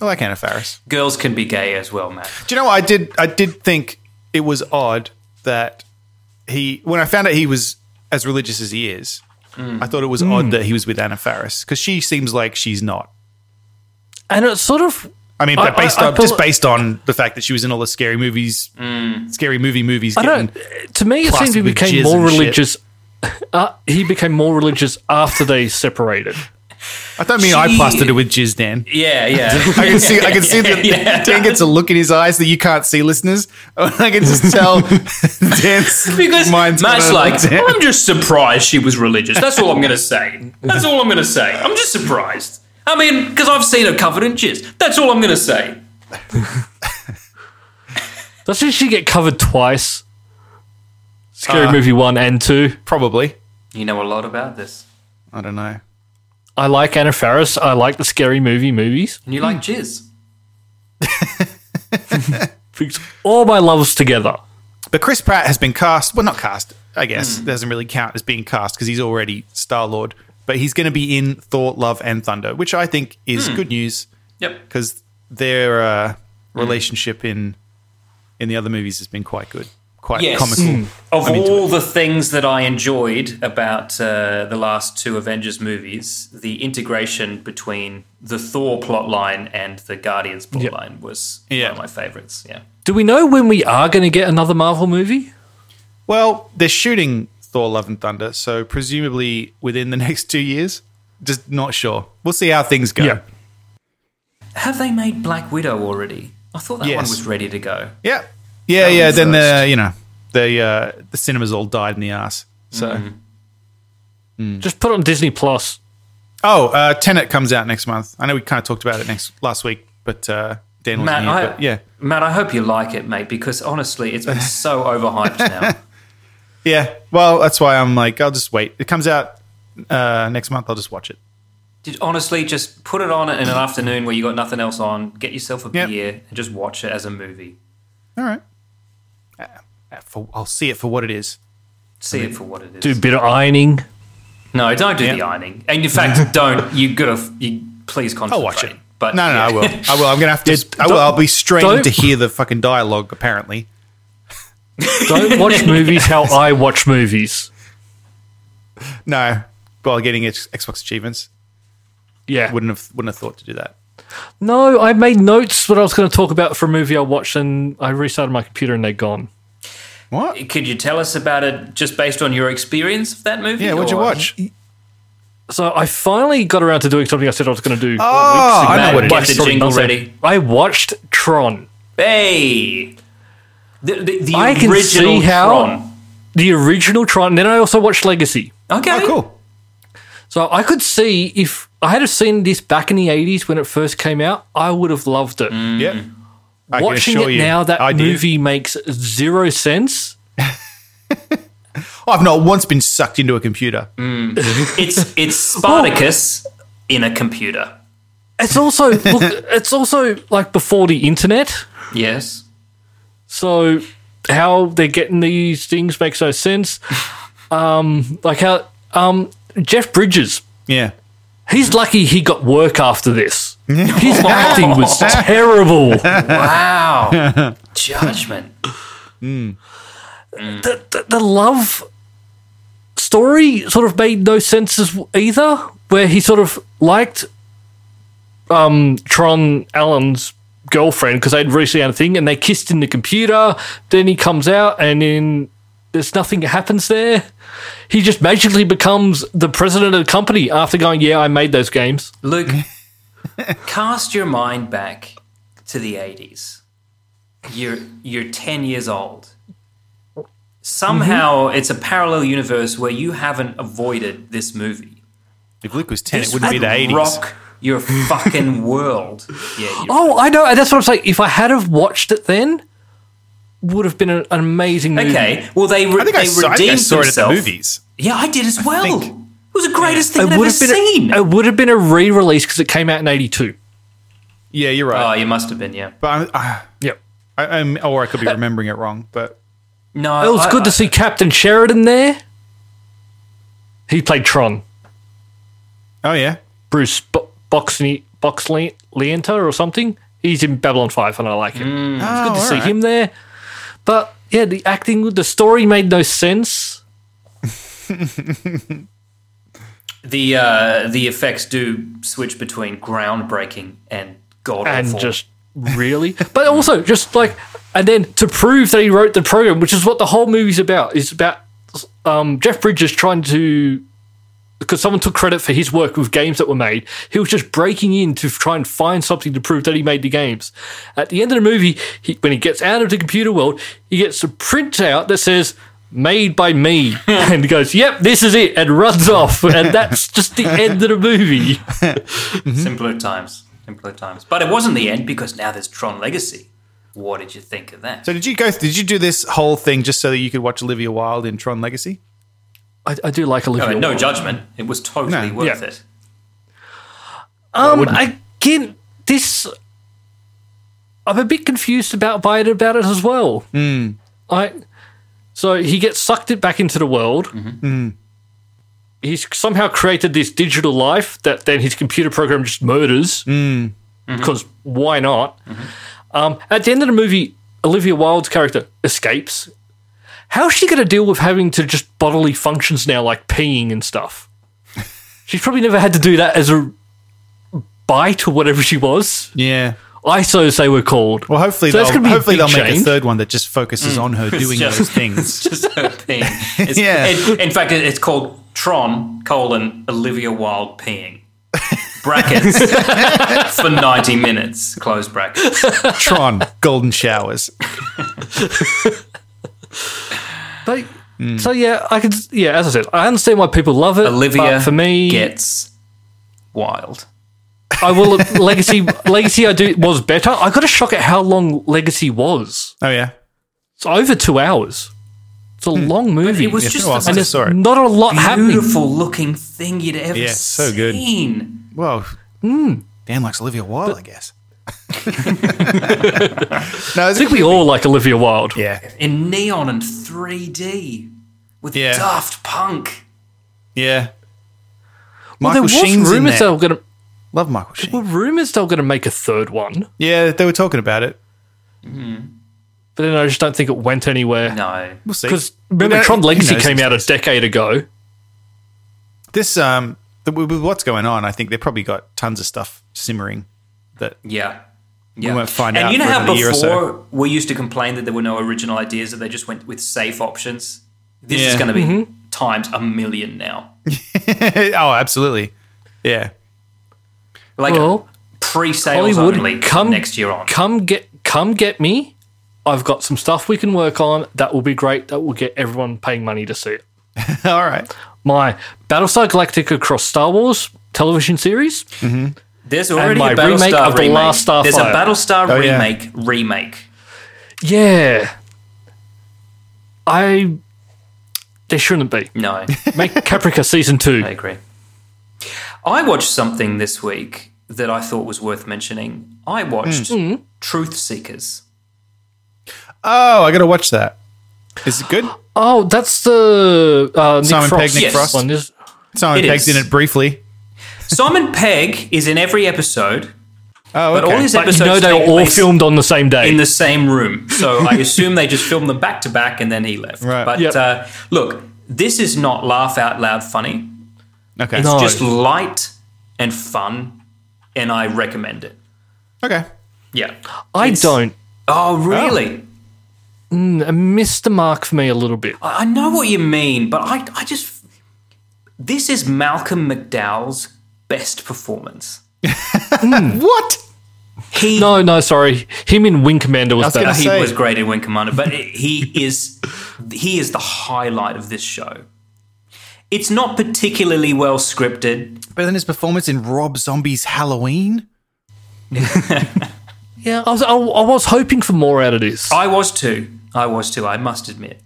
I like Anna Faris.
Girls can be gay as well, Matt.
Do you know what I did? I did think it was odd that he, when I found out he was as religious as he is,
Mm.
I thought it was odd that he was with Anna Faris because she seems like she's not.
And it's sort of
I mean,
I-
but based
I- I
on just
pull-
based on the fact that she was in all the scary movies,
Mm.
scary movie movies.
I
Getting,
don't. To me, it seemed he
plastered with jizz
became more
and shit.
religious. Uh, he became more religious after they separated.
I don't mean I
She-
plastered it with jizz, Dan.
Yeah, yeah.
I can see, I can see that Dan gets a look in his eyes that you can't see, listeners. I can just tell Dan's
Because
mind's
Matt's
gone
like,
down.
I'm just surprised she was religious. That's all I'm going to say. That's all I'm going to say. I'm just surprised. I mean, because I've seen her covered in jizz. That's all I'm going to say.
Doesn't she get covered twice?
Uh,
Scary Movie one and two.
probably.
You know a lot about this.
I don't know.
I like Anna Faris. I like the Scary Movie movies.
And you like jizz.
Brings all my loves together.
But Chris Pratt has been cast. Well, not cast, I
Hmm.
guess. Doesn't really count as being cast because he's already Star Lord. But he's going to be in Thor, Love, and Thunder, which I think is
Hmm.
good news
Yep.
because their uh,
Hmm.
relationship in in the other movies has been quite good, quite
Yes.
comical.
Hmm.
Hmm.
Of
I'm into
all the things that I enjoyed about uh, the last two Avengers movies, the integration between the Thor plotline and the Guardians plotline was one
Yeah.
of my favorites. Yeah.
Do we know when we are going to get another Marvel movie?
Well, they're shooting Thor, Love, and Thunder, so presumably within the next two years. Just not sure. We'll see how things go.
Yeah.
Have they made Black Widow already? I thought that one
Yes.
was ready to go.
Yeah, yeah,
That
yeah.
one
Then the
first.
you know the uh, the cinemas all died in the ass. So.
Mm-hmm.
Hmm.
Just put it on Disney Plus.
Oh, uh, Tenet comes out next month. I know we kind of talked about it next last week, but uh, Dan wasn't
Matt,
here.
I,
but yeah,
Matt, I hope you like it, mate, because honestly, it's been so overhyped now.
yeah. Well, that's why I'm like, I'll just wait. It comes out uh, next month. I'll just watch it.
Just honestly, just put it on in an afternoon where you got nothing else on. Get yourself a
Yep.
beer and just watch it as a movie.
All right. Uh, for, I'll see it for what it is.
See it for what it is.
Do a bit of ironing.
no, don't do the
Yeah.
ironing. And in fact, don't. You gotta. You please concentrate.
I'll watch it.
But
No, no, no, I
yeah.
will. I will. I'm gonna have to. I will.
don't-
I'll be straining
don't-
to hear the fucking dialogue. Apparently,
Don't watch movies how I watch movies.
No, while getting X- Xbox achievements,
Yeah.
wouldn't have wouldn't have thought to do that.
No, I made notes what I was going to talk about for a movie I watched, and I restarted my computer and they're gone.
What?
Could you tell us about it just based on your experience of that movie?
Yeah, what'd you
or-
watch?
So I finally got around to doing something I said I was going to do.
Oh, I
No,
know what. it
get
is.
the
Sorry,
jingle
nonsense.
ready.
I watched Tron,
Hey, the, the, the
I can
original
see how-
Tron.
the original Tron. and Then I also watched Legacy.
Okay,
Oh, cool.
So I could see if I had have seen this back in the 80s when it first came out, I would have loved it.
Yep. Mm. I can
Watching
assure
it
you,
now, that
I did.
movie makes zero sense.
I've not once been sucked into a computer.
It's it's Spartacus in a computer.
It's also look, it's also like before the internet.
Yes.
So how they're getting these things makes no sense. Um, like how um, Jeff Bridges,
Yeah.
he's lucky he got work after this. His acting was terrible.
Wow. Judgment.
the, the, the love story sort of made no sense as either, where he sort of liked um, Tron Allen's girlfriend because they'd recently had a thing and they kissed in the computer. Then he comes out and then there's nothing that happens there. He just magically becomes the president of the company after going, Yeah, I made those games.
Luke, cast your mind back to the 80s. You're, you're 10 years old. Somehow
Mm-hmm.
it's a parallel universe where you haven't avoided this movie.
If Luke was 10,
This
it wouldn't be
would
the 80s.
Rock your fucking world. Yeah, you
Oh, I know. That's what I'm saying. If I had have watched it then, would have been an an amazing movie.
Okay, well, they, re-
I think
they
I saw, I
redeemed
think I saw it at the
themselves.
movies.
Yeah, I did as well.
think-
It was the greatest thing
It
I've
would
ever
have been.
seen.
A, it would have been a re-release because it came out in '82.
Yeah, you're
Uh,
oh,
right.
you must have been, yeah.
but I'm, I,
Yep.
I, I'm, or I could be remembering it wrong. But
No,
It was
I-
good
I-
to see Captain Sheridan there. He played Tron.
oh yeah,
Bruce Bo- Boxley Boxley Leanta or something. He's in Babylon Five, and I like him.
Mm.
oh,
good to see him there. But yeah, the acting, the story made no sense.
the uh, the effects do switch between groundbreaking and god
and
awful.
just really but also just like and then to prove that he wrote the program which is what the whole movie's about is about um, jeff bridges trying to because someone took credit for his work with games that were made he was just breaking in to try and find something to prove that he made the games at the end of the movie he, when he gets out of the computer world he gets a printout that says made by me and he goes yep this is it and runs off and that's just the end of the movie
simpler times, simpler times. But it wasn't the end because now there's Tron Legacy. What did you think of that?
So did you go? Did you do this whole thing just so that you could watch Olivia Wilde in Tron Legacy?
i, I do like
I
olivia
mean, Oh, no
Wilde.
judgment. It was totally
No,
worth
yeah.
it.
Um, again, this I'm a bit confused about by it about it as well. I so he gets sucked it back into the world. He's somehow created this digital life that then his computer program just murders because why not? Um, at the end of the movie, Olivia Wilde's character escapes. How's she going to deal with having to just bodily functions now, like peeing and stuff? She's probably never had to do that as a bite or whatever she was.
Yeah.
ISOs they were called.
Well, hopefully
So that's
they'll
gonna be a
hopefully
big
they'll make a
change. Mm.
third one that just focuses on her doing
just-
those things.
Just her peeing. It's-
Yeah.
it- in fact, it, it's called Tron colon Olivia Wilde peeing. Brackets for 90 minutes. Close brackets.
Tron, Golden Showers.
But,
Hmm.
So yeah, I could. Yeah, as I said, I understand why people love it.
Olivia
but for me,
gets wild.
I will legacy. Legacy, I do was better. I got a shock at how long Legacy was.
Oh yeah.
It's over two hours. It's a
Hmm.
long movie.
It was
It's
just
been a while
the
since I
most
saw it.
not a lot happening.
beautiful looking thing you'd ever
Yeah, so good.
seen.
Well,
Hmm.
Dan likes Olivia Wilde, I guess. no,
I think we all like Olivia Wilde.
yeah,
in neon and 3D with
Yeah.
Daft Punk.
yeah.
Well, there
Michael
was
Sheen's in
rumors they
there.
were going to.
Love Michael Sheen.
Well, rumors they were going to make a third one.
Yeah, they were talking about it.
But then I just don't think it went anywhere.
No.
We'll see.
Because remember,
You know,
Tron
who
Legacy
knows
came
these
out a
days?
decade ago.
This um, the, with with what's going on, I think they've probably got tons of stuff simmering that
Yeah.
We won't find
and
out
you know
for
how
another year or
before
so.
we used to complain that there were no original ideas, that they just went with safe options. This is
Yeah.
going to be
Mm-hmm.
times a million now.
oh, absolutely. Yeah.
Like
Well,
pre-sales only
Hollywood, come
next year on.
Come get, come get me. I've got some stuff we can work on that will be great. That will get everyone paying money to see it.
All right.
My Battlestar Galactica cross Star Wars television series.
There's already
my
a Battlestar
remake of The
remake.
Last Starfighter.
There's a Battlestar
Oh, yeah.
remake remake.
Yeah, I. There shouldn't be.
No.
Make Caprica season
I
two.
agree. I watched something this week that I thought was worth mentioning. I watched Truth Seekers.
Oh, I got to watch that. Is it good?
Oh, that's the uh, Nick
Simon Pegg,
Frost
Nick
Yes.
Frost.
one. Is,
Simon
It
Pegg's
is.
in it briefly.
Simon Pegg is in every episode,
Oh,
but all his
but
episodes
you know they were
take
all
place
filmed on the same day.
in the same room. So I assume they just filmed them back to back and then he left.
Right.
But
Yep.
uh, look, this is not laugh out loud funny.
okay.
No.
It's just light and fun, and I recommend it.
Okay.
Yeah.
I
It's-
don't.
Oh, really?
It missed the mark for me a little bit.
I I know what you mean, but I, I just. This is Malcolm McDowell's best performance.
What?
He,
No, no, sorry. Him in Wing Commander was
was gonna
better.
he
say-
was great in Wing Commander, but he is he is the highlight of this show. It's not particularly well scripted.
Better than his performance in Rob Zombie's Halloween?
Yeah, I was, I, I was hoping for more out of this.
I was too. I was too. I must admit.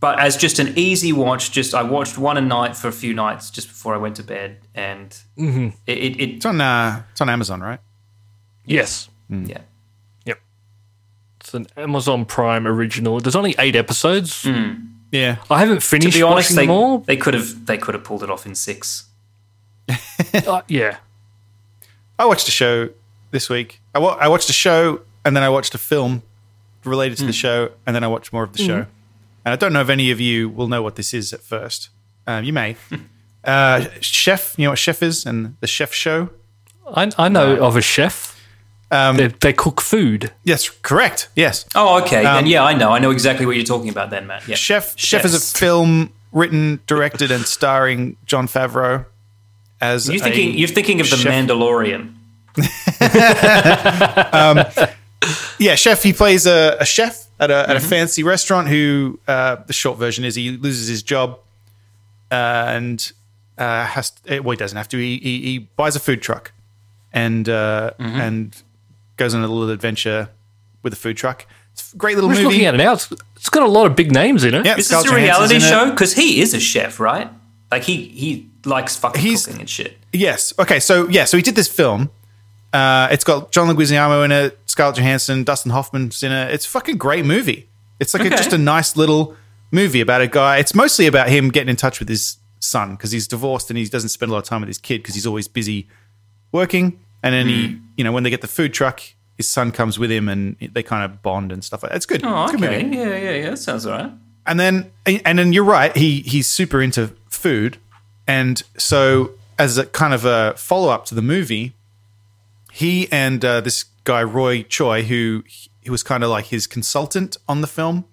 But as just an easy watch, just I watched one a night for a few nights just before I went to bed, and it, it, it
It's on, uh, it's on Amazon, right?
yes.
yeah.
Yep. It's an Amazon Prime original. There's only eight episodes.
Yeah.
I haven't finished
To be honest,
watching
they,
them all.
they could have they could have pulled it off in six.
Uh, yeah.
I watched a show this week. I, wa- I watched a show and then I watched a film related to
Hmm.
the show and then I watched more of the show. And I don't know if any of you will know what this is at first. Um, you may. uh, chef, you know what Chef is and the Chef Show?
I, I know of a chef.
Um,
They, they cook food.
yes, correct. Yes.
Oh, okay. then yeah, I know. I know exactly what you're talking about then, Matt. Yeah.
Um, Chef Chef is
Chefs.
a film written, directed, and starring John Favreau as
You're thinking
a-
you're thinking of the
chef.
Mandalorian.
yeah, chef. He plays a, a chef at a, at a fancy restaurant who, uh, the short version is, he loses his job and uh, has eh, well, he doesn't have to. He, he, he buys a food truck and uh, and goes on a little adventure with a food truck. It's a great little
I'm just
movie.
looking at it now. It's, it's got a lot of big names in it.
Yeah,
Is this
Scarlett
a
Johansson's
reality
in it.
show? Because he is a chef, right? Like he he likes fucking
He's-
cooking and shit.
Yes. Okay. So yeah. So he did this film. Uh, it's got John Leguizamo in it, Scarlett Johansson, Dustin Hoffman's in it. It's a fucking great movie. It's like a,
Okay.
just a nice little movie about a guy. It's mostly about him getting in touch with his son because he's divorced and he doesn't spend a lot of time with his kid because he's always busy working. And then
Mm.
he, you know, when they get the food truck, his son comes with him and they kind of bond and stuff like that. It's good.
Oh,
it's a good
okay.
movie.
Yeah, yeah, yeah. That sounds alright.
And then and then you're right. He he's super into food, and so as a kind of a follow up to the movie, he and uh, this guy Roy Choi, who he was kind of like his consultant on the film.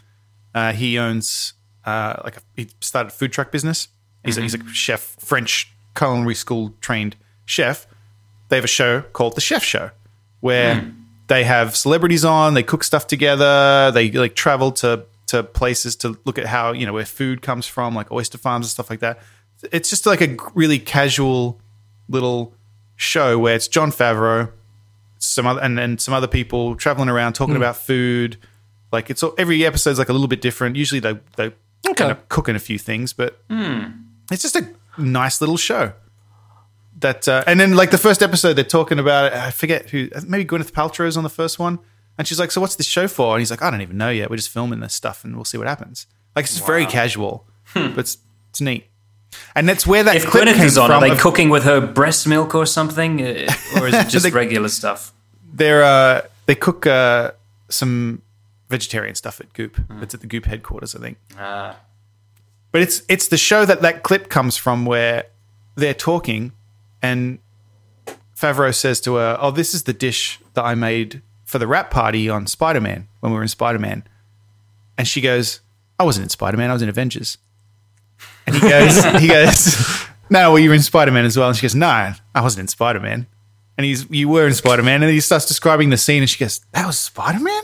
Uh, he owns uh, like a, he started a food truck business. He's a, he's a chef, French culinary school trained chef. They have a show called the Chef Show, where they have celebrities on. They cook stuff together. They like travel to to places to look at how you know where food comes from, like oyster farms and stuff like that. It's just like a really casual little show where it's John Favreau, some other and, and some other people traveling around talking about food. Like it's all, every episode's like a little bit different. Usually they they kind of cooking a few things, but it's just a nice little show. That uh, and then like the first episode they're talking about it. I forget who maybe Gwyneth Paltrow is on the first one, and she's like, "So what's this show for?" And he's like, "I don't even know yet. We're just filming this stuff, and we'll see what happens." Like it's very casual, but it's, it's neat. And that's where that
Hmm. If
clip
Gwyneth
came
is on, are
from
they
of-
cooking with her breast milk or something, Uh, or is it just
They-
regular stuff?
they're uh, they cook uh, some vegetarian stuff at Goop. It's at the Goop headquarters, I think. But it's it's the show that that clip comes from where they're talking, and Favreau says to her, "Oh, this is the dish that I made for the rap party on Spider Man when we were in Spider Man," and she goes, "I wasn't in Spider Man. I was in Avengers." And he goes, he goes, "No, well, you were in Spider Man as well." And she goes, "No, I wasn't in Spider Man." And he's, "You were in Spider Man," and he starts describing the scene, and she goes, "That was Spider Man."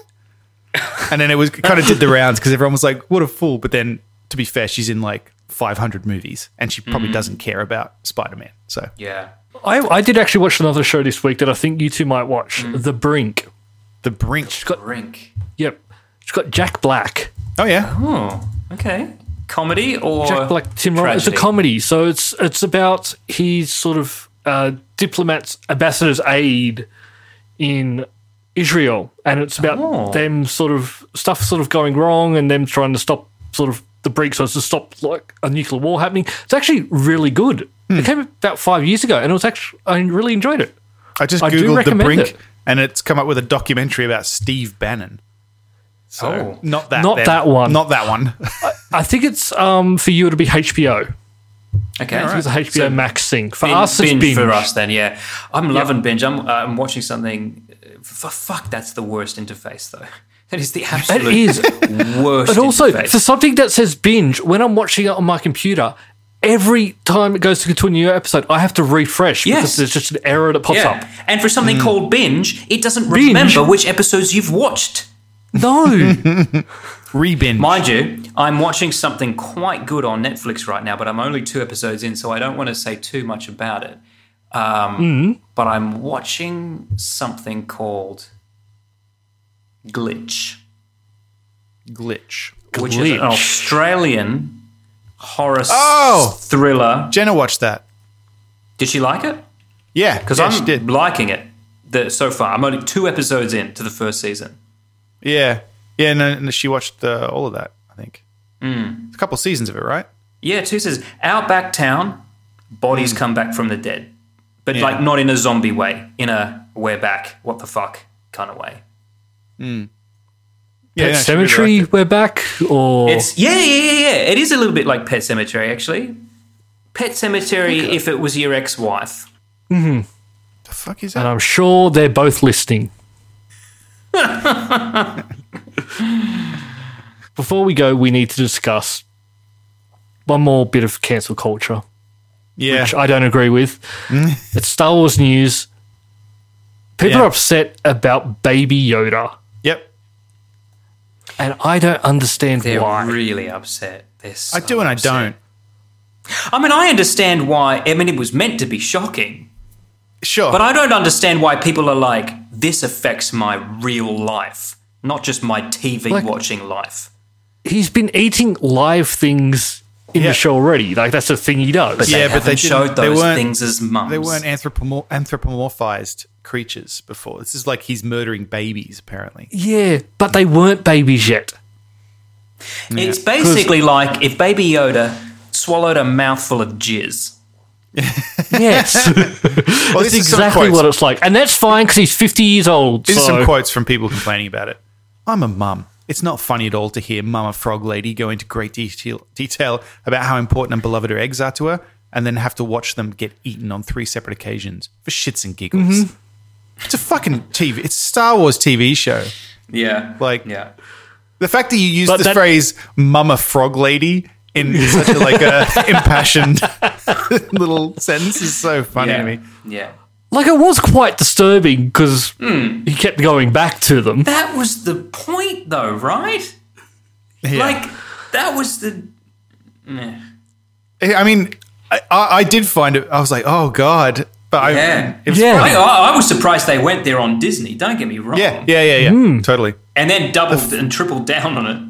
and then it was kind of did the rounds because everyone was like, "What a fool!" But then, to be fair, she's in like 500 movies, and she
Mm.
probably doesn't care about Spider Man. So
Yeah.
I, I did actually watch another show this week that I think you two might watch, The Brink.
the brink.
Rink.
Yep, it's got Jack Black.
Oh yeah,
Oh, okay. Comedy or
Jack Black, Tim Roth. It's a
tragedy?
comedy, so it's it's about he's sort of uh, diplomats, ambassador's aide in Israel, and it's about
Oh.
them sort of stuff sort of going wrong, and them trying to stop sort of the break, so as to stop like a nuclear war happening. It's actually really good.
Hmm.
It came about five years ago, and it was actually I really enjoyed it.
I just
I do
googled the
recommend
brink,
it.
and it's come up with a documentary about Steve Bannon. So
Oh.
not that,
Not
then.
that one.
not that one.
I think it's um, for you to be HBO.
Okay.
It's a HBO Max thing. For
Bin-
us, it's
binge
binge.
for us then. Yeah, I'm loving binge. I'm, uh, I'm watching something. uh, For fuck, that's the worst interface though. That is the absolute
is.
worst.
But also,
interface.
for something that says binge, when I'm watching it on my computer, every time it goes to to a new episode, I have to refresh
Yes.
because there's just an error that pops up. Mm.
yeah. And for something called binge, it doesn't
Binge?
remember which episodes you've watched.
No.
Rebin.
Mind you, I'm watching something quite good on Netflix right now, but I'm only two episodes in, so I don't want to say too much about it.
Mm-hmm.
Um, But I'm watching something called Glitch.
glitch.
which is an
Glitch. Oh.
Australian horror s-
Oh!
thriller.
Jenna watched that.
Did she like it?
Yeah,
Because
yeah,
I'm
she did.
liking it the, so far. I'm only two episodes in to the first season.
Yeah, yeah. No, no, she watched uh, all of that. I think a couple seasons of it, right?
Yeah, two says outback town, bodies come back from the dead, but like not in a zombie way, in a we're back, what the fuck kind of way.
Yeah, no, she really liked
Cemetery, we're back. Or
It's yeah, yeah, yeah, yeah. It is a little bit like Pet Cemetery actually. Pet Cemetery, if it was your ex-wife.
The fuck is
and
that?
I'm sure they're both listening. Before we go, we need to discuss one more bit of cancel culture.
Yeah,
which I don't agree with. it's Star Wars news. People
Yeah.
are upset about Baby Yoda,
yep.
and I don't understand
They're
why.
really upset. They're so
I do and I
upset.
don't.
I mean, I understand why. I mean, it was meant to be shocking,
Sure,
but I don't understand why people are like, this affects my real life, not just my TV
Like-
watching life.
He's been eating live things in
Yeah.
the show already. Like that's a thing he does.
Yeah, but
haven't
they
showed
didn't- they
those
weren't-
things as mums.
They weren't anthropomor- anthropomorphized creatures before. This is like he's murdering babies, apparently.
yeah, but they weren't babies yet.
It's basically like if Baby Yoda swallowed a mouthful of jizz.
Yes,
Well,
that's
this
exactly what it's like, and that's fine because he's fifty years old.
These are some
so-
quotes from people complaining about it. I'm a mum. It's not funny at all to hear Mama Frog Lady go into great detail, detail about how important and beloved her eggs are to her, and then have to watch them get eaten on three separate occasions for shits and giggles.
Mm-hmm.
It's a fucking TV. It's a Star Wars TV show.
Yeah.
Like-
yeah.
The fact that you use
But
the
that-
phrase "mama frog lady" in such a, like a impassioned little sentence is so funny
Yeah.
to me.
yeah.
like it was quite disturbing because
Hmm.
he kept going back to them.
That was the point, though, right?
Yeah.
Like, that was the.
I mean, I, I I did find it. I was like, "Oh God!" But I,
Yeah.
it was
Yeah.
funny.
I, I I was surprised they went there on Disney, don't get me wrong.
yeah, yeah, yeah, yeah.
Hmm.
Totally.
And then doubled and tripled down on it.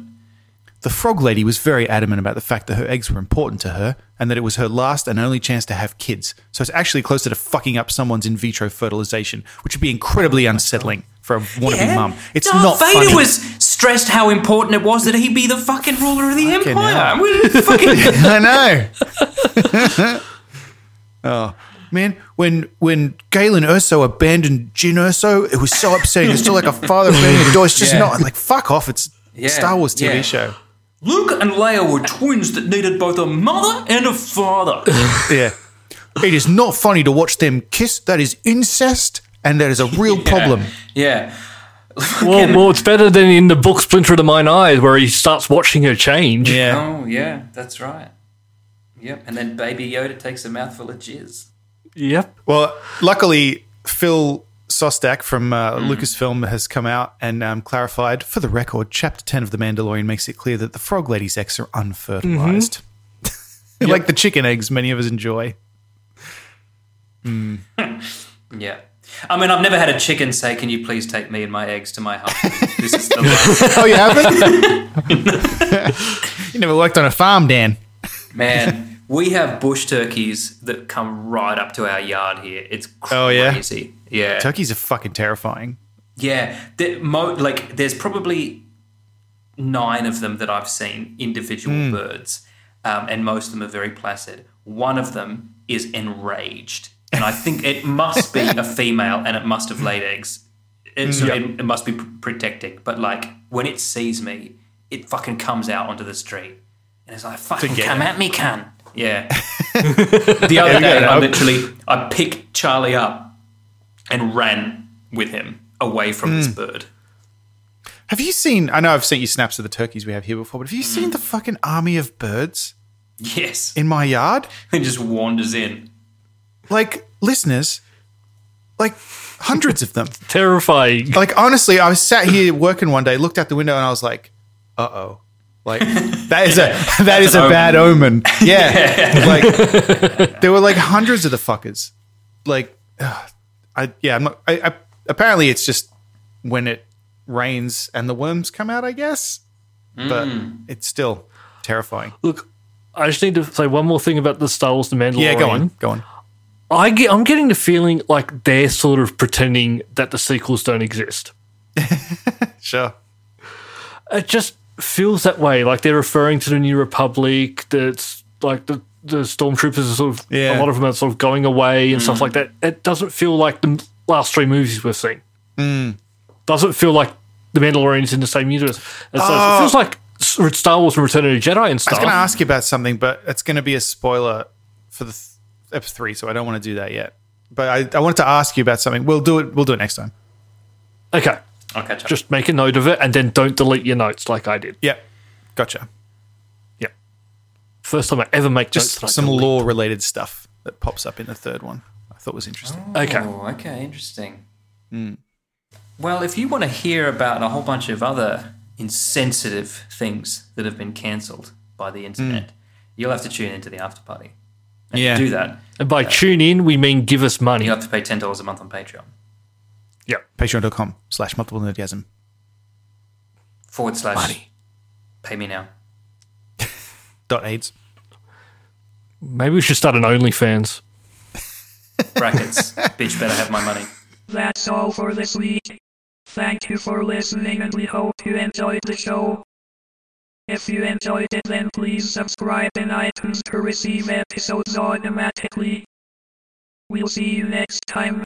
The frog lady was very adamant about the fact that her eggs were important to her and that it was her last and only chance to have kids. So it's actually closer to fucking up someone's in vitro fertilization, which would be incredibly unsettling for a wannabe
Yeah.
mum. It's
Darth
not
Vader
funny.
was stressed how important it was that he be the fucking ruler of the empire.
hell.
We- fucking-
I know. oh, Man, when when Galen Urso abandoned Jin Urso, it was so upsetting. It's still like a father abandoning a daughter. It's just
Yeah.
not like fuck off. It's Star Wars TV
yeah.
show.
Luke and Leia were twins that needed both a mother and a father.
Yeah. It is not funny to watch them kiss. That is incest, and that is a real problem.
yeah.
Well, well, it's better than in the book Splinter of the Mine Eyes, where he starts watching her change.
Yeah.
Oh, yeah, that's right. Yep. And then Baby Yoda takes a mouthful of jizz.
Yep.
Well, luckily, Phil Sostak from uh, Lucasfilm has come out and um, clarified for the record, Chapter 10 of The Mandalorian makes it clear that the frog lady's eggs are unfertilized. like the chicken eggs many of us enjoy.
Yeah. I mean, I've never had a chicken say, "Can you please take me and my eggs to my husband?" This is the last
Oh, you haven't? you never worked on a farm, Dan.
man. We have bush turkeys that come right up to our yard here. It's crazy.
Oh, yeah?
yeah,
Turkeys are fucking terrifying.
yeah. The mo- like, there's probably nine of them that I've seen individual birds, um, and most of them are very placid. One of them is enraged, and I think it must be a female, and it must have laid eggs. It's, it, it must be pr- protecting, but like when it sees me, it fucking comes out onto the street, and it's like fucking
get
come
you."
at me, cunt. Yeah. the other
we
day,
got-
I literally I picked Charlie up and ran with him away from this bird.
Have you seen? I know I've sent you snaps of the turkeys we have here before, but have you seen the fucking army of birds
Yes,
in my yard?
and just wanders in.
Like, listeners, like hundreds of them.
Terrifying.
Like, honestly, I was sat here working one day, looked out the window, and I was like, uh oh. Like that is a that is a
an omen.
bad omen. Yeah. like there were like hundreds of the fuckers. Like ugh, I yeah, I'm not, I, I apparently it's just when it rains and the worms come out, I guess. But it's still terrifying.
Look, I just need to say one more thing about the Star Wars The Mandalorian.
Yeah, go on. Go on.
I get, I'm getting the feeling like they're sort of pretending that the sequels don't exist.
Sure.
It just feels that way. Like they're referring to the New Republic. That's like the the stormtroopers are sort of
Yeah. Mm.
a lot of them are sort of going away and stuff like that. It doesn't feel like the last three movies we've seen.
Mm.
Doesn't feel like the Mandalorian's in the same universe. And so it feels like S- Star Wars and Return of the Jedi and
Oh. I was
stuff.
going to ask you about something, but it's going to be a spoiler for the th- episode three, so I don't want to do that yet. But I, I wanted to ask you about something. We'll do it. We'll do it next time.
okay,
I'll catch up.
just make a note of it and then don't delete your notes like I did.
Yeah, gotcha.
First time I ever make
Just
notes.
some
and I delete.
law-related stuff that pops up in the third one. I thought was interesting.
Okay.
Oh, okay, interesting. Well, if you want to hear about a whole bunch of other insensitive things that have been cancelled by the internet, you'll have to tune into the after party. And
Yeah.
To do that,
And by tune in, we mean give us money.
you'll have to pay ten dollars a month on Patreon
Patreon.com/slash multiple nerdgasm.
forward slash pay me now.
Dot aids.
Maybe we should start an OnlyFans.
Brackets, bitch, better have my money.
That's all for this week. Thank you for listening and we hope you enjoyed the show. If you enjoyed it then please subscribe in iTunes to receive episodes automatically. We'll see you next time.